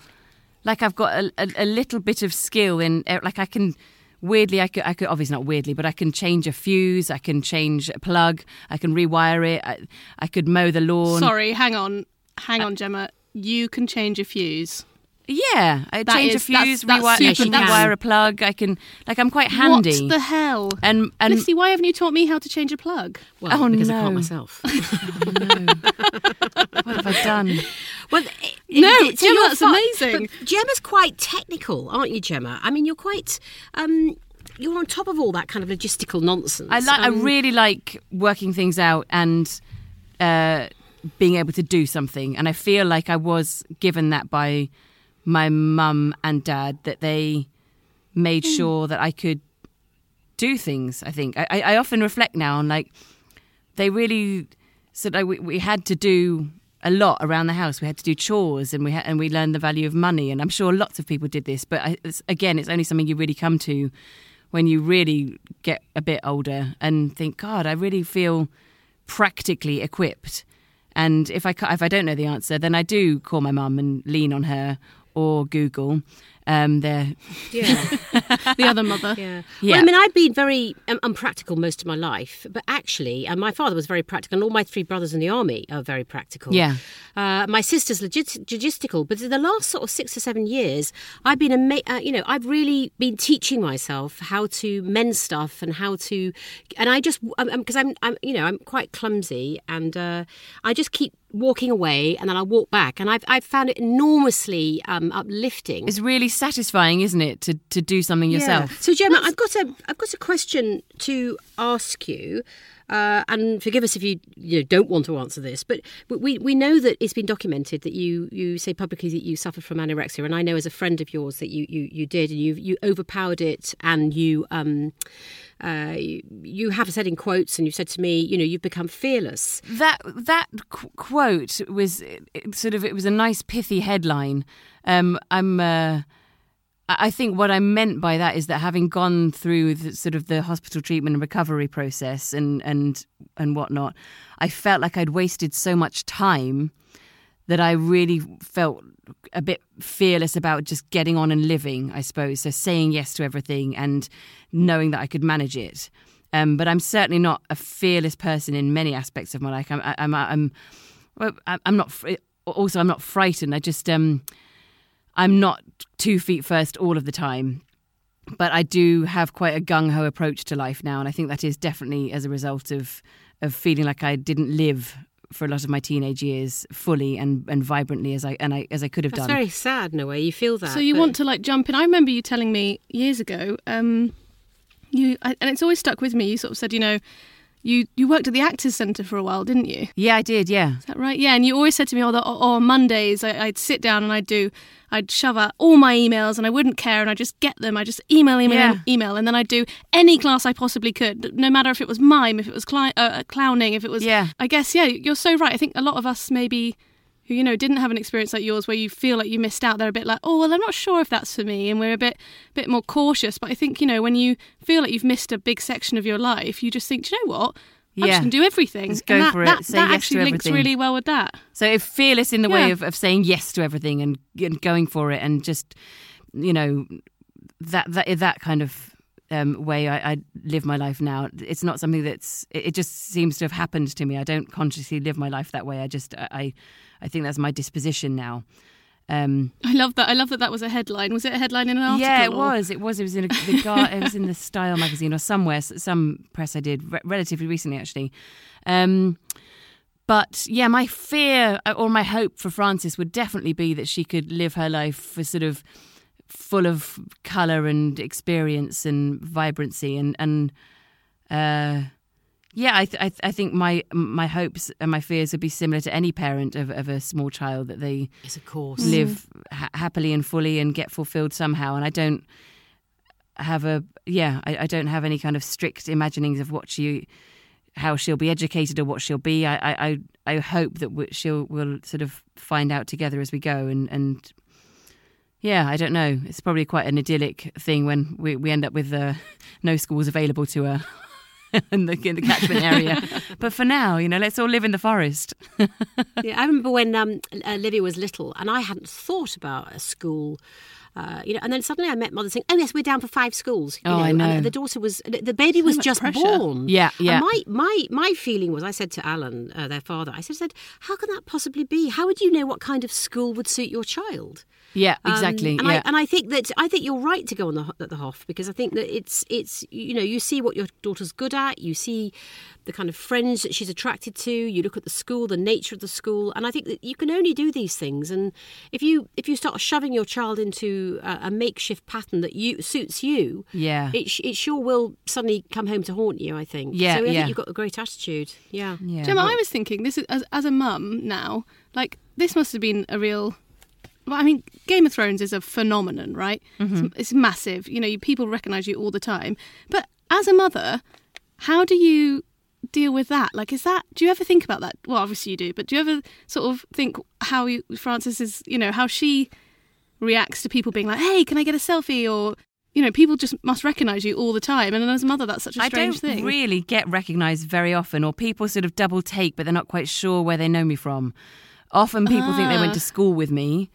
Speaker 5: like I've got a, a, a little bit of skill in eh, like I can weirdly I could I could obviously not weirdly but I can change a fuse I can change a plug I can rewire it I, I could mow the lawn
Speaker 1: Sorry, hang on,
Speaker 5: Uh,
Speaker 1: hang on, Gemma. You can change a fuse.
Speaker 5: yeah I
Speaker 1: That
Speaker 5: change
Speaker 1: is-
Speaker 5: a fuse
Speaker 1: that's- that's
Speaker 5: rewire,
Speaker 1: super
Speaker 5: I can
Speaker 2: nice.
Speaker 5: rewire a plug I can like I'm quite handy
Speaker 1: What the hell?
Speaker 5: and and
Speaker 1: Lissy, why haven't you taught me how to change a plug?
Speaker 6: Well,
Speaker 5: Oh,
Speaker 6: because I
Speaker 5: no.
Speaker 6: can't
Speaker 5: <laughs>
Speaker 6: myself.
Speaker 5: what
Speaker 1: <laughs>
Speaker 5: have I done
Speaker 2: Well, eh, i-
Speaker 1: No,
Speaker 2: i-
Speaker 1: Gemma,
Speaker 2: you're
Speaker 1: that's
Speaker 2: fi-
Speaker 1: amazing.
Speaker 2: But Gemma's quite technical, aren't you, Gemma? I mean, you're quite. Um, you're on top of all that kind of logistical nonsense.
Speaker 5: I like. I
Speaker 2: Um,
Speaker 5: really like working things out and uh, being able to do something. And I feel like I was given that by my mum and dad that they made
Speaker 1: Hmm.
Speaker 5: sure that I could do things. I think I, I I often reflect now on like they really said like, we, we had to do a lot around the house. We had to do chores, and we ha- and we learned the value of money. And I'm sure lots of people did this, but I, it's, again, it's only something you really come to when you really get a bit older and think, God, I really feel practically equipped. And if I ca- if I don't know the answer, then I do call my mum and lean on her or Google. Um, they're <laughs>
Speaker 2: Yeah.
Speaker 1: The other mother.
Speaker 2: Yeah.
Speaker 5: Yeah.
Speaker 2: Well, I mean, I've been very um, unpractical most of my life, but actually, and my father was very practical, and all my three brothers in the army are very practical.
Speaker 5: Yeah.
Speaker 2: Uh, my sister's logis- logistical, but in the last sort of six or seven years, I've been, ama- uh, you know, I've really been teaching myself how to mend stuff and how to, and I just, because I'm, I'm, you know, I'm quite clumsy, and uh, I just keep walking away and then I walk back, and I've, I've found it enormously um, uplifting.
Speaker 5: it's really satisfying, isn't it, to to do something yourself?
Speaker 2: Yeah. So Gemma, I've got a I've got a question to ask you. Uh, and forgive us if you, you know, don't want to answer this, but we, we know that it's been documented that you, you say publicly that you suffered from anorexia, and I know as a friend of yours that you, you, you did, and you you overpowered it, and you um, uh, you, you have said in quotes, and you've said to me, you know, you've become fearless.
Speaker 5: that that qu- quote was it, it sort of it was a nice pithy headline. Um, I'm. Uh, I I think what I meant by that is that having gone through the, sort of the hospital treatment and recovery process and and and whatnot, I felt like I'd wasted so much time that I really felt a bit fearless about just getting on and living. I suppose so, saying yes to everything and knowing that I could manage it. Um, but I'm certainly not a fearless person in many aspects of my life. I'm I- I'm I'm, well, I- I'm not. fr- Also, I'm not frightened. I just um. I'm not two feet first all of the time, but I do have quite a gung ho approach to life now, and I think that is definitely as a result of of feeling like I didn't live for a lot of my teenage years fully and, and vibrantly as I and I as I could have
Speaker 2: That's
Speaker 5: done.
Speaker 2: very sad in a way. You feel that.
Speaker 1: So you
Speaker 2: but-
Speaker 1: want to like jump in? I remember you telling me years ago. Um, you I, and it's always stuck with me. You sort of said, you know, you you worked at the Actors Centre for a while, didn't you? Is
Speaker 5: yeah, I did. Yeah,
Speaker 1: that right? Yeah. And you always said to me, oh, the, oh on Mondays I, I'd sit down and I'd do, I'd shove out all my emails and I wouldn't care and I just get them. I just email, email,
Speaker 5: Yeah.
Speaker 1: email, and then I'd do any class I possibly could, no matter if it was mime, if it was cli- uh, uh, clowning, if it was.
Speaker 5: Yeah.
Speaker 1: I guess yeah, you're so right. I think a lot of us maybe who you know didn't have an experience like yours where you feel like you missed out they're a bit like oh well i'm not sure if that's for me and we're a bit bit more cautious but i think you know when you feel like you've missed a big section of your life you just think do you know what i'm
Speaker 5: Yeah.
Speaker 1: just going to do everything
Speaker 5: Just go
Speaker 1: and that,
Speaker 5: for it.
Speaker 1: that,
Speaker 5: Say
Speaker 1: that
Speaker 5: yes to
Speaker 1: actually links
Speaker 5: everything.
Speaker 1: really well with that
Speaker 5: so if fearless in the way
Speaker 1: Yeah.
Speaker 5: of, of saying yes to everything and, and going for it and just you know that that that kind of um, way I, I live my life now. It's not something that's. It, it just seems to have happened to me. I don't consciously live my life that way. I just. I. I, I think that's my disposition now. Um,
Speaker 1: i love that i love that that was a headline was it a headline in an article
Speaker 5: yeah, it
Speaker 1: or-
Speaker 5: was. It was. It was in a, the Gar- it
Speaker 1: <laughs>
Speaker 5: was in the Style magazine or somewhere, s- some press I did re- relatively recently, actually. Um, but yeah, my fear uh, or my hope for Frances would definitely be that she could live her life for sort of full of color and experience and vibrancy and and uh, yeah, I, th- I, th- I think my my hopes and my fears would be similar to any parent of, of a small child that they
Speaker 2: yes, of course.
Speaker 5: live ha- happily and fully and get fulfilled somehow. And I don't have a yeah, I, I don't have any kind of strict imaginings of what she, how she'll be educated or what she'll be. I I I, I hope that we, she'll will sort of find out together as we go and and. Yeah, I don't know. <laughs> It's probably quite an idyllic thing when we, we end up with uh, no schools available to her. <laughs> in the, in the
Speaker 2: <laughs>
Speaker 5: catchment area. but for now, you know, let's all live in the forest.
Speaker 2: yeah, I remember when um, uh, Livy was little, and I hadn't thought about a school. Uh, you know, and then suddenly I met mother saying, "Oh yes, we're down for five schools." You
Speaker 5: Oh, I know.
Speaker 2: And the daughter was the baby was
Speaker 5: much
Speaker 2: just
Speaker 5: pressure.
Speaker 2: born.
Speaker 5: Yeah,
Speaker 2: And
Speaker 5: yeah.
Speaker 2: my my my feeling was, I said to Alan, uh, their father, I said, said, "How can that possibly be? How would you know what kind of school would suit your child?"
Speaker 5: Yeah,
Speaker 2: Um,
Speaker 5: exactly.
Speaker 2: and,
Speaker 5: yeah.
Speaker 2: I, and I think that I think you're right to go on the ho- at the Hof because I think that it's it's you know you see what your daughter's good at, you see the kind of friends that she's attracted to, you look at the school, the nature of the school, and I think that you can only do these things. And if you if you start shoving your child into a, a makeshift pattern that you suits you,
Speaker 5: yeah.
Speaker 2: it sh- it sure will suddenly come home to haunt you. I think.
Speaker 5: Yeah,
Speaker 2: So I
Speaker 5: yeah.
Speaker 2: think you've got a great attitude. Yeah.
Speaker 5: yeah.
Speaker 1: Gemma, I was thinking this is as, as a mum now. Like this must have been a real. Well, I mean, Game of Thrones is a phenomenon, right?
Speaker 5: Mm-hmm.
Speaker 1: It's, it's massive. You know, you, people recognize you all the time. But as a mother, how do you deal with that? Like, is that? Do you ever think about that? Well, obviously you do. But do you ever sort of think how you, Frances is? You know, how she reacts to people being like, "Hey, can I get a selfie?" Or you know, people just must recognize you all the time. And then as a mother, that's such a
Speaker 5: I
Speaker 1: strange
Speaker 5: don't
Speaker 1: thing.
Speaker 5: really get recognised very often, or people sort of double take, but they're not quite sure where they know me from. Often people think they went
Speaker 1: Ah.
Speaker 5: to school with me,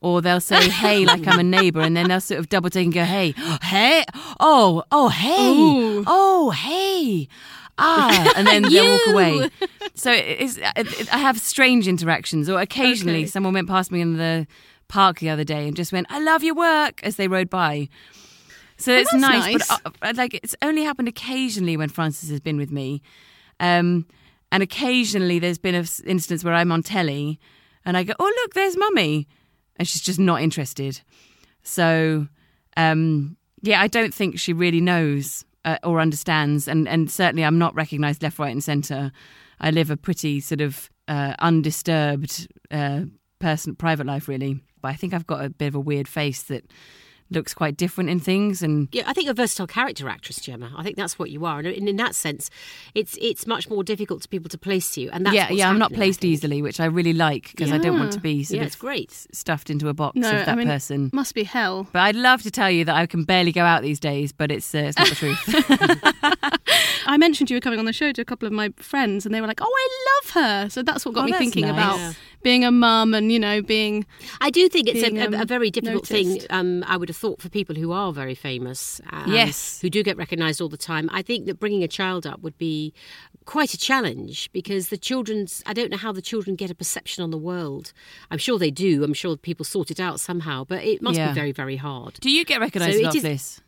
Speaker 5: or they'll say, "Hey," like
Speaker 1: <laughs>
Speaker 5: I'm a neighbour, and then they'll sort of double take and go, "Hey, <gasps> hey, oh, oh, hey, oh, hey." Ah, and then they
Speaker 1: <laughs>
Speaker 5: walk away. So it's, I have strange interactions, or occasionally
Speaker 1: Okay.
Speaker 5: someone went past me in the park the other day and just went, "I love your work" as they rode by. So it's
Speaker 1: that's
Speaker 5: nice,
Speaker 1: nice.
Speaker 5: but uh, uh, like it's only happened occasionally when Francis has been with me, um, and occasionally there's been an instance where I'm on telly and I go, "Oh look, there's mummy," and she's just not interested. So um, yeah, I don't think she really knows uh, or understands, and and certainly I'm not recognised left, right, and centre. I live a pretty sort of uh, undisturbed uh, person private life, really. But I think I've got a bit of a weird face that looks quite different in things and
Speaker 2: Yeah, I think you're a versatile character actress, Gemma. I think that's what you are, and in, in that sense, it's it's much more difficult for people to place you. And that's
Speaker 5: yeah
Speaker 2: what's
Speaker 5: yeah i'm not
Speaker 2: happening, I
Speaker 5: placed
Speaker 2: think.
Speaker 5: easily which i really like because i don't want to be sort
Speaker 2: Yeah,
Speaker 5: of
Speaker 2: it's great.
Speaker 5: stuffed into a box
Speaker 1: No,
Speaker 5: of that
Speaker 1: I mean,
Speaker 5: person
Speaker 1: must be hell.
Speaker 5: but i'd love to tell you that i can barely go out these days but it's uh, it's not
Speaker 2: <laughs>
Speaker 5: the truth
Speaker 1: I mentioned you were coming on the show to a couple of my friends, and they were like, "Oh, I love her." So that's what got
Speaker 5: Oh,
Speaker 1: me
Speaker 5: that's
Speaker 1: thinking
Speaker 5: nice.
Speaker 1: about
Speaker 5: Yeah.
Speaker 1: being a mum and you know being
Speaker 2: I do think it's
Speaker 1: being,
Speaker 2: a, a, a
Speaker 1: um,
Speaker 2: very difficult
Speaker 1: noticed.
Speaker 2: thing. Um, I would have thought for people who are very famous, um,
Speaker 5: Yes.
Speaker 2: who do get recognised all the time. I think that bringing a child up would be quite a challenge because the children's. I don't know how the children get a perception on the world. I'm sure they do. I'm sure people sort it out somehow, but it must
Speaker 5: Yeah.
Speaker 2: be very, very hard.
Speaker 5: do you get recognized
Speaker 2: So
Speaker 5: a
Speaker 2: it
Speaker 5: lot of
Speaker 2: is- <laughs>
Speaker 5: this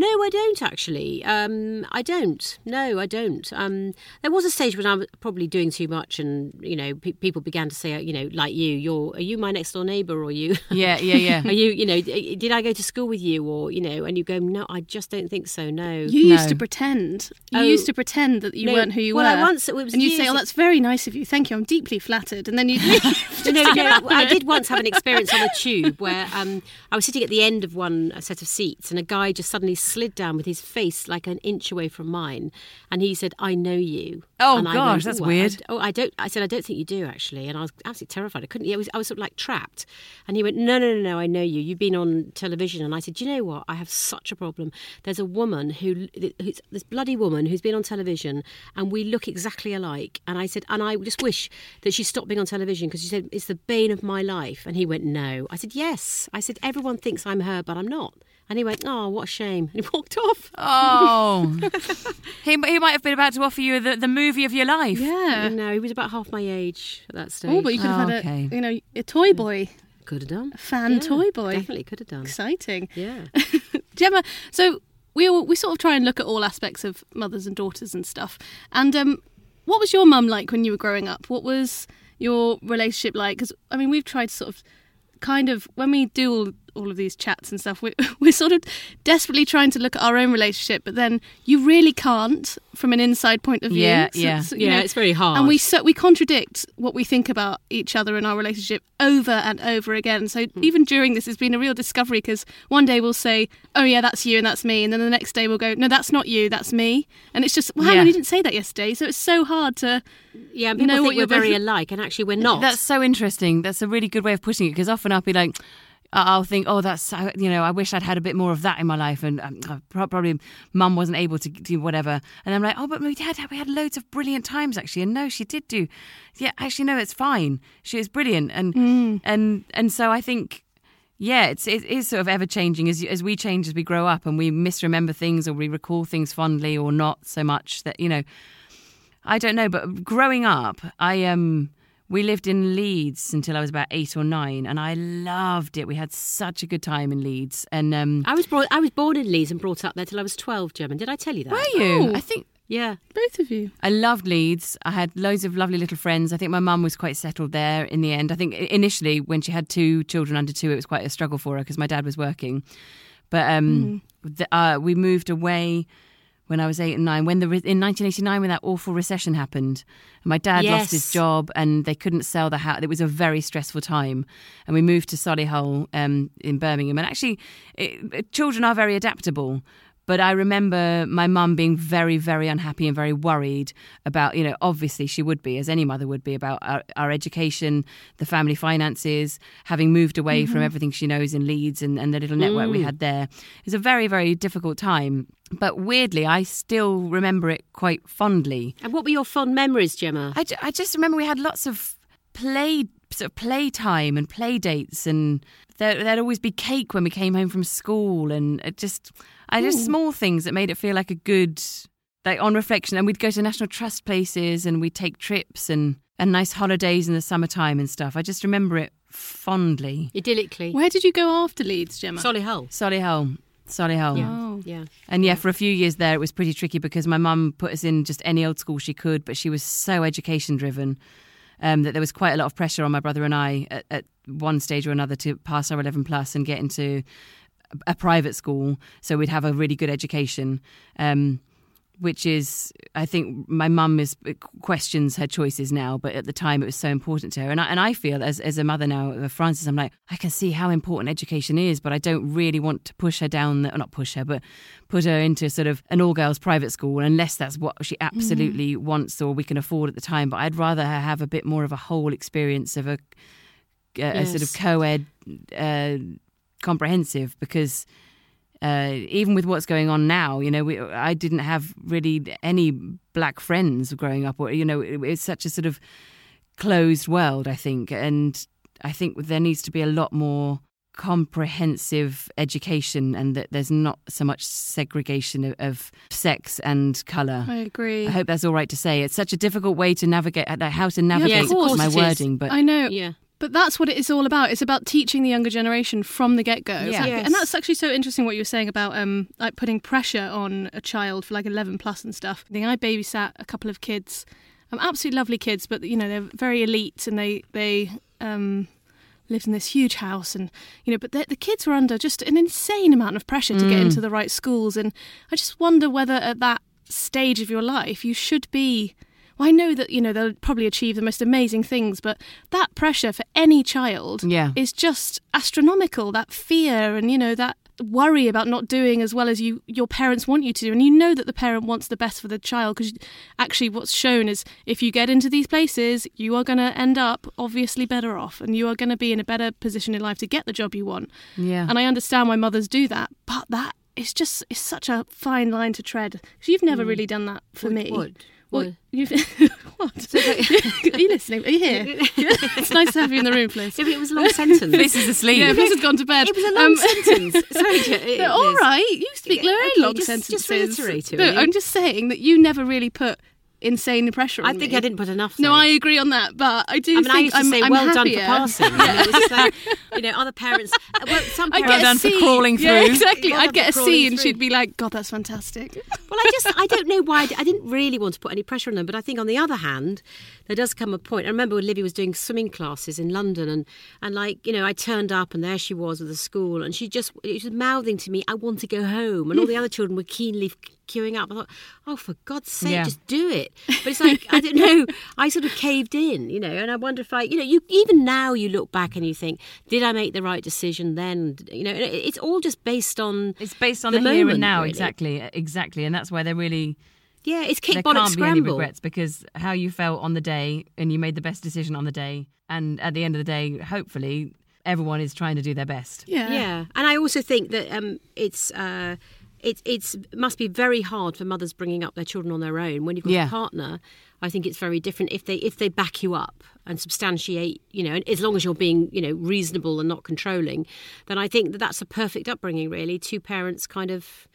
Speaker 2: No, I don't actually. Um, I don't. No, I don't. Um, there was a stage when I was probably doing too much, and you know, pe- people began to say, uh, you know, like you, you're are you my next door neighbour, or are you? <laughs>
Speaker 5: yeah yeah yeah
Speaker 2: Are you, you know, d- eh, did I go to school with you, or you know? And you go, no, I just don't think so. No,
Speaker 1: you used to
Speaker 5: No.
Speaker 1: pretend. You
Speaker 2: Oh,
Speaker 1: used to pretend that you
Speaker 2: no,
Speaker 1: weren't who you
Speaker 2: well,
Speaker 1: were.
Speaker 2: I once- it was
Speaker 1: and you'd say,
Speaker 2: years-
Speaker 1: "Oh, that's very nice of you. Thank you. I'm deeply flattered." And then
Speaker 2: <laughs>
Speaker 1: you'd leave.
Speaker 2: <laughs> No, no, no.
Speaker 1: <laughs>
Speaker 2: I did once have an experience on a tube where um, I was sitting at the end of one set of seats, and a guy just suddenly slid down with his face like an inch away from mine, and he said, "I know you."
Speaker 5: Oh,
Speaker 2: And I
Speaker 5: gosh,
Speaker 2: went,
Speaker 5: that's
Speaker 2: "Oh, I-
Speaker 5: weird."
Speaker 2: I, oh, I don't. I said, "I don't think you do actually," and I was absolutely terrified. I couldn't. yeah, I was, I was sort of like trapped. And he went, "No, no, no, no. I know you. You've been on television." And I said, "Do you know what? I have such a problem. There's a woman who, who's, this bloody woman who's been on television, and we look exactly alike." And I said, "And I just wish that she stopped being on television because she said it's the bane of my life." And he went, "No." I said, "Yes." I said, "Everyone thinks I'm her, but I'm not." And he went, "Oh, what a shame!" And he <laughs> walked off.
Speaker 5: oh he, he might have been about to offer you the, the movie of your life
Speaker 1: yeah.
Speaker 2: No, he was about half my age at that stage.
Speaker 1: Oh, but you could have
Speaker 5: Oh,
Speaker 1: had
Speaker 5: okay.
Speaker 1: a you know a toy boy
Speaker 2: could have done.
Speaker 1: fan,
Speaker 2: Yeah,
Speaker 1: toy boy.
Speaker 2: Definitely could have done.
Speaker 1: Exciting.
Speaker 2: Yeah.
Speaker 1: <laughs> Gemma, so we all, we sort of try and look at all aspects of mothers and daughters and stuff. And um, what was your mum like when you were growing up? What was your relationship like? Because I mean, we've tried to sort of kind of when we do all, all of these chats and stuff, we're, <laughs> we're sort of desperately trying to look at our own relationship, but then you really can't from an inside point of view.
Speaker 5: Yeah, yeah.
Speaker 1: you
Speaker 2: Yeah, it's very hard.
Speaker 1: And we so we contradict what we think about each other and our relationship over and over again. So
Speaker 5: Hmm.
Speaker 1: even during this, it's been a real discovery because one day we'll say, "Oh yeah, that's you and that's me," and then the next day we'll go, "No, that's not you, that's me." And it's just, well, hang
Speaker 5: Yeah.
Speaker 1: on, you didn't say that yesterday, so it's so hard to.
Speaker 2: Yeah, and people
Speaker 1: know
Speaker 2: think
Speaker 1: what
Speaker 2: we're
Speaker 1: you're
Speaker 2: very
Speaker 1: both-
Speaker 2: alike, and actually we're not.
Speaker 5: That's so interesting. That's a really good way of putting it because often I'll be like, I- I'll think, oh, that's I- you know, I wish I'd had a bit more of that in my life, and um, I pro- probably mum wasn't able to do whatever. And I'm like, oh, but we had we had loads of brilliant times actually, and no, she did do, yeah, actually no, it's fine. She was brilliant, and and and so I think yeah, it's it is sort of ever changing as you- as we change as we grow up and we misremember things or we recall things fondly or not so much that you know, I don't know. But growing up, I um we lived in Leeds until I was about eight or nine, and I loved it. We had such a good time in Leeds, and um,
Speaker 6: I was brought, I was born in Leeds and brought up there till I was twelve. German, did I tell you that?
Speaker 5: were you?
Speaker 1: Oh.
Speaker 5: I think
Speaker 6: Yeah.
Speaker 1: Both of you.
Speaker 5: I loved Leeds. I had loads of lovely little friends. I think my mum was quite settled there in the end. I think i- initially when she had two children under two, it was quite a struggle for her because my dad was working. But um, the, uh, we moved away when I was eight and nine. When the re- in 1989, when that awful recession happened, and my dad lost his
Speaker 6: Yes.
Speaker 5: job and they couldn't sell the house. It was a very stressful time, and we moved to Solihull um, in Birmingham. And actually, it, it- children are very adaptable. But I remember my mum being very, very unhappy and very worried about, you know, obviously she would be, as any mother would be, about our, our education, the family finances, having moved away from everything she knows in Leeds and, and the little network we had there. It was a very, very difficult time. But weirdly, I still remember it quite fondly.
Speaker 6: And what were your fond memories, Gemma?
Speaker 5: I, ju- I just remember we had lots of play sort of playtime and play dates and there, there'd always be cake when we came home from school and it just I just small things that made it feel like a good like on reflection and we'd go to national trust places and we'd take trips and and nice holidays in the summertime and stuff I just remember it fondly
Speaker 6: Idyllically.
Speaker 1: Where did you go after Leeds, Gemma?
Speaker 6: Solihull.
Speaker 5: Solihull Solihull
Speaker 1: Oh.
Speaker 6: Yeah.
Speaker 5: and yeah, for a few years there, it was pretty tricky because my mum put us in just any old school she could, but she was so education driven um, that there was quite a lot of pressure on my brother and I at, at one stage or another to pass our 11 plus and get into a private school so we'd have a really good education. Um, which is, I think my mum is uh, questions her choices now, but at the time it was so important to her. And I, and I feel as, as a mother now of Francis, I'm like, I can see how important education is, but I don't really want to push her down, the, not push her, but put her into sort of an all girls private school unless that's what she absolutely wants or we can afford at the time. But I'd rather her have a bit more of a whole experience of a, a, a sort of
Speaker 6: Yes.
Speaker 5: co ed uh, comprehensive because uh, even with what's going on now, you know, we, I didn't have really any black friends growing up, or you know, it, it's such a sort of closed world, I think, and I think there needs to be a lot more comprehensive education, and that there's not so much segregation of, of sex and colour.
Speaker 1: I agree.
Speaker 5: I hope that's all right to say. It's such a difficult way to navigate, uh, how to
Speaker 1: of
Speaker 5: navigate
Speaker 1: course
Speaker 5: my
Speaker 6: it is.
Speaker 5: wording, but
Speaker 1: I know.
Speaker 6: Yeah.
Speaker 1: But that's what it's all about. It's about teaching the younger generation from the get go.
Speaker 5: Yeah.
Speaker 6: Yes.
Speaker 1: And that's actually so interesting what you were saying about um, like putting pressure on a child for like 11 plus and stuff. I, think I babysat a couple of kids, um, absolutely lovely kids, but you know, they're very elite and they, they um, lived in this huge house. And, you know, but the, the kids were under just an insane amount of pressure to get into the right schools. And I just wonder whether at that stage of your life you should be well, I know that you know they'll probably achieve the most amazing things, but that pressure for any child
Speaker 5: Yeah.
Speaker 1: is just astronomical. That fear and you know that worry about not doing as well as you your parents want you to do, and you know that the parent wants the best for the child because actually what's shown is if you get into these places, you are going to end up obviously better off, and you are going to be in a better position in life to get the job you want.
Speaker 5: yeah.
Speaker 1: And I understand why mothers do that, but that is just it's such a fine line to tread 'Cause you've never really done that for
Speaker 6: What-
Speaker 1: me.
Speaker 6: what?
Speaker 1: Well,
Speaker 6: What?
Speaker 1: you've <laughs> what? <laughs> Are you listening? Are you here? <laughs> Yeah. it's nice to have you in the room, Fliss.
Speaker 6: It was a
Speaker 1: <laughs>
Speaker 6: long sentence.
Speaker 5: Fliss is asleep.
Speaker 1: Yeah, Fliss has gone to bed.
Speaker 6: It was a long
Speaker 1: Um,
Speaker 6: sentence. Sorry, Jo- it
Speaker 1: <laughs> They're all
Speaker 6: is.
Speaker 1: right. You speak very
Speaker 6: Okay,
Speaker 1: long
Speaker 6: just- just
Speaker 1: sentences.
Speaker 6: reiterate it,
Speaker 1: No,
Speaker 6: will you?
Speaker 1: I'm just saying that you never really put insane pressure on
Speaker 6: I think
Speaker 1: me.
Speaker 6: I didn't put enough.
Speaker 1: No,
Speaker 6: though.
Speaker 1: I agree on that, but I do
Speaker 6: I mean,
Speaker 1: think
Speaker 6: I used to
Speaker 1: am
Speaker 6: say,
Speaker 1: I'm
Speaker 6: "Well
Speaker 1: happier.
Speaker 6: done for passing." You know, it's just like, you know, other
Speaker 1: <laughs>
Speaker 6: parents. Well, some
Speaker 1: I'd
Speaker 6: parents.
Speaker 1: get a
Speaker 5: done for
Speaker 1: C.
Speaker 5: crawling
Speaker 1: Yeah,
Speaker 5: through.
Speaker 1: exactly.
Speaker 6: Well done
Speaker 1: I'd
Speaker 6: for
Speaker 1: get a C,
Speaker 6: crawling
Speaker 1: and
Speaker 6: through.
Speaker 1: she'd be like, "God,
Speaker 6: <laughs>
Speaker 1: that's fantastic."
Speaker 6: Well, I just I don't know why I d- I didn't really want to put any pressure on them, but I think on the other hand, there does come a point. I remember when Livy was doing swimming classes in London, and and like you know, I turned up and there she was with the school, and she just she was mouthing to me, "I want to go home," and
Speaker 5: <laughs>
Speaker 6: all the other children were keenly f- queuing up. I thought, "Oh, for God's sake,
Speaker 5: Yeah.
Speaker 6: just do it!" But
Speaker 5: <laughs>
Speaker 6: it's like I don't know. I sort of caved in, you know, and I wonder if I, you know, you even now you look back and you think, "Did I make the right decision then?" You know, and it- it's all just based on
Speaker 5: it's based on the,
Speaker 6: the
Speaker 5: here and
Speaker 6: moment,
Speaker 5: now,
Speaker 6: really.
Speaker 5: exactly, exactly, and that's why they're really
Speaker 6: yeah, it's
Speaker 5: there
Speaker 6: kick
Speaker 5: can't
Speaker 6: bollock
Speaker 5: be any
Speaker 6: scramble.
Speaker 5: regrets because how you felt on the day and you made the best decision on the day and at the end of the day hopefully
Speaker 7: everyone is trying to do their best.
Speaker 1: Yeah.
Speaker 2: Yeah, and I also think that um, it's. Uh, it it's must be very hard for mothers bringing up their children on their own when you've got
Speaker 5: Yeah.
Speaker 2: a partner. I think it's very different if they if they back you up and substantiate, you know, and as long as you're being you know reasonable and not controlling, then I think that that's a perfect upbringing. Really, two parents kind of.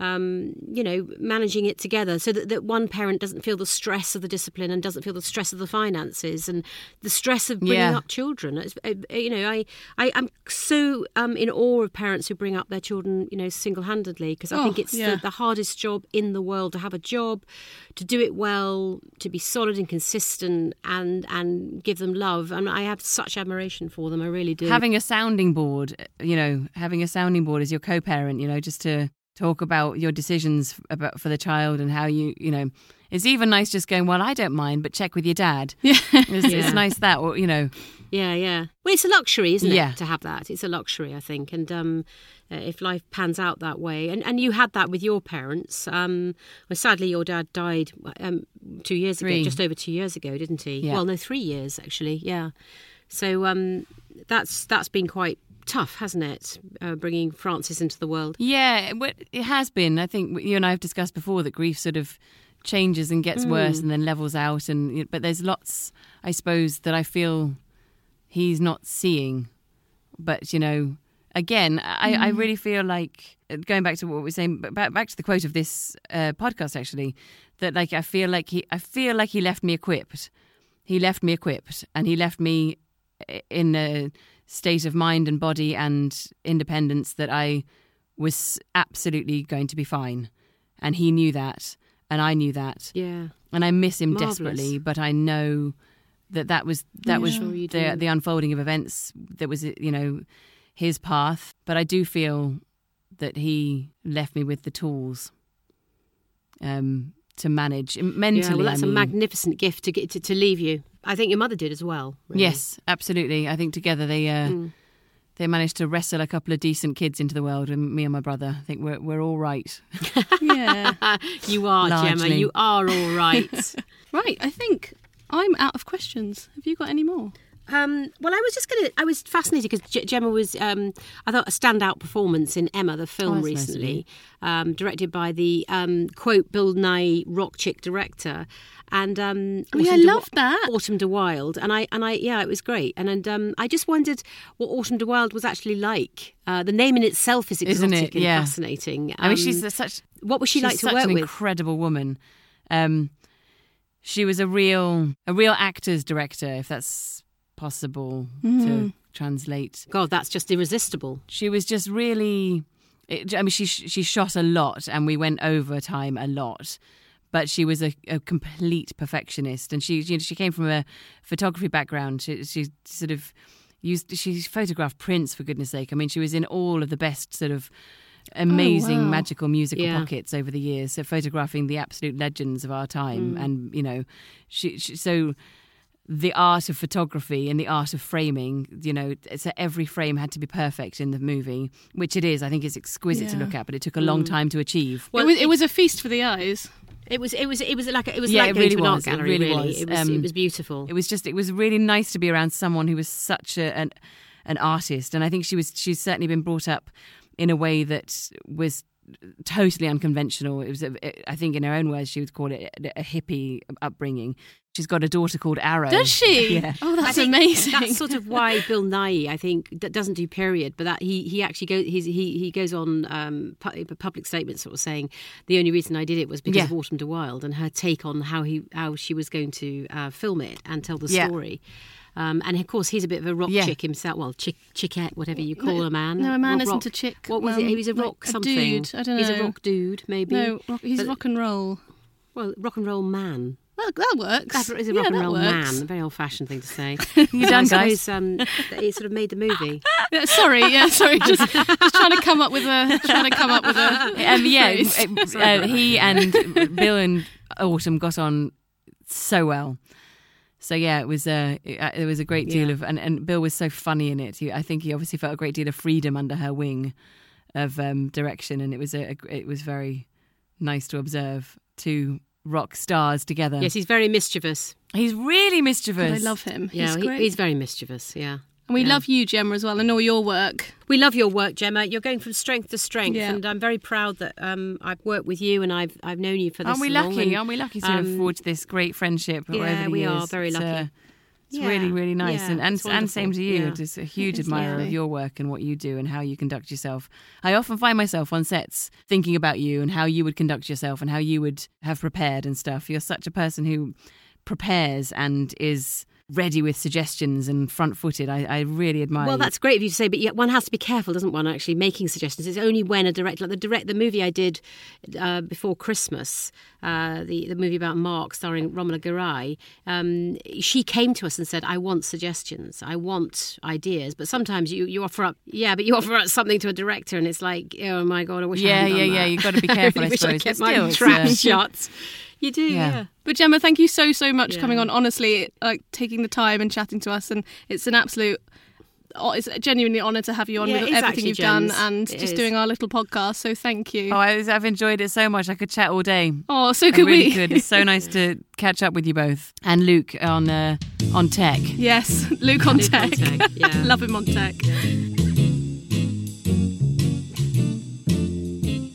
Speaker 2: Um, you know, managing it together so that, that one parent doesn't feel the stress of the discipline and doesn't feel the stress of the finances and the stress of bringing
Speaker 5: Yeah.
Speaker 2: up children. It's, uh, you know, I, I am so um, in awe of parents who bring up their children, you know, single-handedly because I
Speaker 1: Oh,
Speaker 2: think it's
Speaker 1: yeah.
Speaker 2: the, the hardest job in the world to have a job, to do it well, to be solid and consistent, and and give them love. And I have such admiration for them. I really do.
Speaker 5: having a sounding board you know having a sounding board as your co-parent you know just to talk about your decisions about for the child and how you you know it's even nice just going well i don't mind but check with your dad yeah it's,
Speaker 2: Yeah.
Speaker 5: it's nice that or you know
Speaker 2: Yeah, yeah. Well, it's a luxury, isn't it?
Speaker 5: Yeah.
Speaker 2: To have that, it's a luxury, I think. And um, uh, if life pans out that way, and, and you had that with your parents. Um, well, sadly, your dad died um, two years
Speaker 5: Three.
Speaker 2: ago, just over two years ago, didn't he?
Speaker 5: Yeah.
Speaker 2: Well, no, three years actually. Yeah. So um, that's that's been quite tough, hasn't it? Uh, bringing Francis into the world.
Speaker 5: yeah it w- it has been i think you and i have discussed before that grief sort of changes and gets worse and then levels out and but there's lots i suppose that i feel he's not seeing but you know again I, I really feel like uh, going back to what we were saying but back, back to the quote of this uh, podcast actually that like i feel like he i feel like he left me equipped he left me equipped and he left me i- in a state of mind and body and independence that i was absolutely going to be fine and he knew that and i knew that
Speaker 2: Yeah.
Speaker 5: and I miss him
Speaker 2: Marvellous.
Speaker 5: desperately. But I know that that was that was
Speaker 2: Sure you
Speaker 5: the
Speaker 2: do.
Speaker 5: the unfolding of events that was you know his path. But I do feel that he left me with the tools um, to manage mentally.
Speaker 2: yeah. Well, that's
Speaker 5: I mean.
Speaker 2: a magnificent gift to get to, to leave you. I think your mother did as well. really. Mm.
Speaker 5: Yes, absolutely. I think together they uh, they managed to wrestle a couple of decent kids into the world, and me and my brother. I think we're we're all right.
Speaker 1: <laughs> yeah.
Speaker 2: You are, Gemma.
Speaker 5: Largely.
Speaker 2: You are all right.
Speaker 1: Right, I think I'm out of questions. Have you got any more?
Speaker 2: Um, well, I was just going to. I was fascinated because Gemma was. Um, I thought a standout performance in Emma, the film
Speaker 5: that's nice of
Speaker 2: recently, um, directed by the um, quote Bill Nye rock chick director, and um,
Speaker 1: Oh, yeah, I
Speaker 2: Autumn De-
Speaker 1: loved that.
Speaker 2: Autumn de Wilde, and I and I yeah, it was great, and and um, I just wondered what Autumn de Wilde was actually like. Uh, the name in itself is exotic
Speaker 5: Isn't it?
Speaker 2: and
Speaker 5: Yeah.
Speaker 2: fascinating.
Speaker 5: I mean,
Speaker 2: Um,
Speaker 5: she's such
Speaker 2: what was she
Speaker 5: she's
Speaker 2: like to
Speaker 5: such
Speaker 2: work
Speaker 5: an
Speaker 2: with?
Speaker 5: incredible woman. Um, she was a real a real actor's director, if that's possible
Speaker 2: Mm.
Speaker 5: to translate.
Speaker 2: God, that's just irresistible.
Speaker 5: She was just really. It, I mean, she she shot a lot, and we went over time a lot. But she was a, a complete perfectionist, and she you know, she came from a photography background. She, she sort of used she photographed prints for goodness sake. I mean, she was in all of the best sort of amazing
Speaker 1: wow.
Speaker 5: magical musical
Speaker 2: Yeah.
Speaker 5: pockets over the years. So photographing the absolute legends of our time, and you know, she, she so the art of photography and the art of framing, you know, so every frame had to be perfect in the movie, which it is. I think it's exquisite to
Speaker 1: Yeah.
Speaker 5: look at, but it took a
Speaker 2: Mm.
Speaker 5: long time to achieve.
Speaker 1: it, was, it was a feast for the eyes.
Speaker 2: It was it was it was like a, it was
Speaker 5: Yeah,
Speaker 2: like
Speaker 5: it
Speaker 2: going
Speaker 5: really
Speaker 2: to an
Speaker 5: was. It
Speaker 2: art gallery.
Speaker 5: really
Speaker 2: Really,
Speaker 5: was.
Speaker 2: it was
Speaker 5: Um,
Speaker 2: it was beautiful.
Speaker 5: It was just, it was really nice to be around someone who was such a, an, an artist. And I think she was, she's certainly been brought up in a way that was totally unconventional. It was, a, I think in her own words, she would call it a hippie upbringing. She's got a daughter called Arrow.
Speaker 1: Does she?
Speaker 5: Yeah.
Speaker 1: Oh, that's
Speaker 2: I think
Speaker 1: amazing.
Speaker 2: That's sort of why Bill Nye, I think, d- doesn't do period, but that he he actually goes he's, he he goes on um, pu- public statements sort of saying the only reason I did it was because
Speaker 5: Yeah.
Speaker 2: of Autumn de Wilde and her take on how he how she was going to uh, film it and tell the
Speaker 5: Yeah.
Speaker 2: story. Um, and of course, he's a bit of a rock
Speaker 5: Yeah.
Speaker 2: chick himself. Well, chick, chickette, whatever you call a man.
Speaker 1: no, a man
Speaker 2: Rock-
Speaker 1: isn't
Speaker 2: rock-
Speaker 1: a chick.
Speaker 2: What was
Speaker 1: Um,
Speaker 2: it? He was a
Speaker 1: like
Speaker 2: rock
Speaker 1: a
Speaker 2: something.
Speaker 1: dude. I don't
Speaker 2: He's a
Speaker 1: know.
Speaker 2: rock dude, maybe.
Speaker 1: no, rock, he's
Speaker 2: But-
Speaker 1: rock and roll.
Speaker 2: Well, rock and
Speaker 1: <laughs>
Speaker 2: roll man.
Speaker 1: That, that works.
Speaker 2: That is a
Speaker 1: Yeah,
Speaker 2: rock and
Speaker 1: that
Speaker 2: roll
Speaker 1: works.
Speaker 2: man. Very old-fashioned thing to say.
Speaker 1: <laughs>
Speaker 5: You done, guys? Ah.
Speaker 2: Suppose, um, it sort of made the
Speaker 5: <laughs>
Speaker 2: movie.
Speaker 1: Yeah, Uh, sorry, yeah, <laughs> sorry. Just, just <laughs> trying to come up with a trying to come up with
Speaker 2: <laughs>
Speaker 1: a.
Speaker 5: um, yeah,
Speaker 1: <laughs> phrase.
Speaker 5: it- it- uh, he and Bill and Autumn got on so well. So yeah, it was a uh, there was a great deal
Speaker 2: Yeah.
Speaker 5: of and, and Bill was so funny in it. He, I think he obviously felt a great deal of freedom under her wing of um, direction, and it was a, a- it was very nice to observe two rock stars together.
Speaker 2: Yes, he's very mischievous.
Speaker 5: he's really mischievous.
Speaker 1: I love him.
Speaker 2: Yeah,
Speaker 1: he's
Speaker 2: he's,
Speaker 1: great.
Speaker 2: he's very mischievous. Yeah.
Speaker 1: And And we love you, Gemma, as well, and all your work.
Speaker 2: We love your work, Gemma. You're going from strength to strength,
Speaker 1: Yeah.
Speaker 2: and I'm very proud that um, I've worked with you and I've I've known you for this.
Speaker 5: Aren't we
Speaker 2: long,
Speaker 5: lucky?
Speaker 2: and,
Speaker 5: Aren't we lucky to have
Speaker 2: um,
Speaker 5: forged this great friendship? or
Speaker 2: yeah,
Speaker 5: whatever
Speaker 2: we
Speaker 5: it
Speaker 2: are
Speaker 5: is?
Speaker 2: very
Speaker 5: It's,
Speaker 2: lucky.
Speaker 5: uh, it's really,
Speaker 2: Yeah,
Speaker 5: really nice,
Speaker 2: yeah,
Speaker 5: and and,
Speaker 2: it's
Speaker 5: and same
Speaker 2: wonderful,
Speaker 5: to you.
Speaker 2: yeah.
Speaker 5: Just
Speaker 2: <laughs>
Speaker 5: a huge
Speaker 1: It's
Speaker 5: admirer of
Speaker 1: lovely.
Speaker 5: your work and what you do and how you conduct yourself. I often find myself on sets thinking about you and how you would conduct yourself and how you would have prepared and stuff. You're such a person who prepares and is ready with suggestions and front-footed. I, I really admire.
Speaker 2: Well,
Speaker 5: you.
Speaker 2: that's great of you to say, but yet one has to be careful, doesn't one? Actually, making suggestions. It's only when a director, like the direct, the movie I did uh, before Christmas, uh, the the movie about Mark starring Romola Garai, um, she came to us and said, "I want suggestions. I want ideas." But sometimes you, you offer up, yeah, but you <laughs> offer up something to a director, and it's like, oh my god, I wish. I
Speaker 5: Yeah,
Speaker 2: hadn't
Speaker 5: yeah,
Speaker 2: done
Speaker 5: yeah,
Speaker 2: that."
Speaker 5: you've gotta be
Speaker 2: <laughs>
Speaker 5: careful, I
Speaker 2: I wish I
Speaker 5: suppose,
Speaker 2: kept
Speaker 5: but still,
Speaker 2: my
Speaker 5: it's,
Speaker 2: trap
Speaker 5: uh,
Speaker 2: shut. You do,
Speaker 5: Yeah.
Speaker 2: yeah.
Speaker 1: But Gemma, thank you so so much
Speaker 2: Yeah.
Speaker 1: coming on. Honestly, like taking the time and chatting to us, and it's an absolute. oh, It's a genuinely honour to have you on
Speaker 2: Yeah,
Speaker 1: with
Speaker 2: it's
Speaker 1: everything
Speaker 2: actually,
Speaker 1: you've
Speaker 2: Gems.
Speaker 1: done and
Speaker 2: It
Speaker 1: just
Speaker 2: is.
Speaker 1: doing our little podcast. So thank you.
Speaker 5: Oh, I, was- I've enjoyed it so much. I could chat all day.
Speaker 1: oh, so
Speaker 5: I
Speaker 1: could
Speaker 5: really
Speaker 1: we?
Speaker 5: <laughs> could. It's so nice to catch up with you both and Luke on uh, on tech.
Speaker 1: <laughs> yes, Luke on tech. <laughs>
Speaker 2: Tech, <laughs> yeah.
Speaker 1: Love him on tech.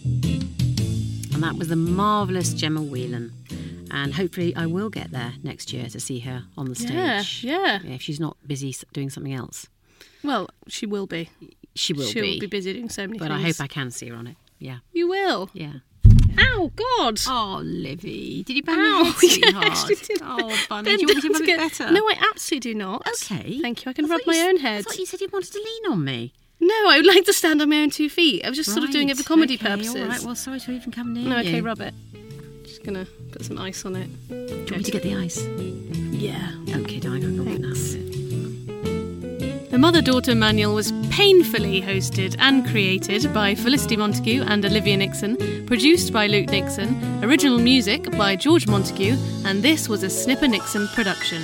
Speaker 2: And that was the marvellous Gemma Whelan. And hopefully, I will get there next year to see her on the
Speaker 1: Yeah,
Speaker 2: stage.
Speaker 1: yeah.
Speaker 2: If she's not busy s- doing something else,
Speaker 1: Well, she will be.
Speaker 2: she will
Speaker 1: She'll
Speaker 2: be.
Speaker 1: be. busy doing so many
Speaker 2: but I
Speaker 1: things.
Speaker 2: hope I can see her on it. Yeah,
Speaker 1: You will.
Speaker 2: yeah.
Speaker 1: Ow, God.
Speaker 2: Oh, Livy, did you bang
Speaker 1: Ow.
Speaker 2: your <laughs> head, sweetheart?
Speaker 1: Yeah, she did.
Speaker 2: Oh, Bunny,
Speaker 1: Bend
Speaker 2: do you want me to
Speaker 1: down
Speaker 2: rub
Speaker 1: get-
Speaker 2: it better?
Speaker 1: No, I absolutely do not.
Speaker 2: Okay.
Speaker 1: Thank you. I can
Speaker 2: I
Speaker 1: rub
Speaker 2: thought
Speaker 1: my
Speaker 2: you s-
Speaker 1: own head.
Speaker 2: I thought you said you wanted to lean on me.
Speaker 1: No, I would like to stand on my own two feet. I was just sort of doing it for
Speaker 2: Right,
Speaker 1: comedy
Speaker 2: okay,
Speaker 1: purposes.
Speaker 2: All right. Well, sorry to even come near
Speaker 1: no,
Speaker 2: you.
Speaker 1: okay, rub it. Just gonna put some ice on it.
Speaker 2: Do you want me to get the ice?
Speaker 1: Yeah.
Speaker 2: Okay, darling, I'll go
Speaker 1: Thanks.
Speaker 2: now.
Speaker 1: The Mother Daughter Manual was painfully hosted and created by Felicity Montague and Olivia Nixon, produced by Luke Nixon, original music by George Montague, and this was a Snipper Nixon production.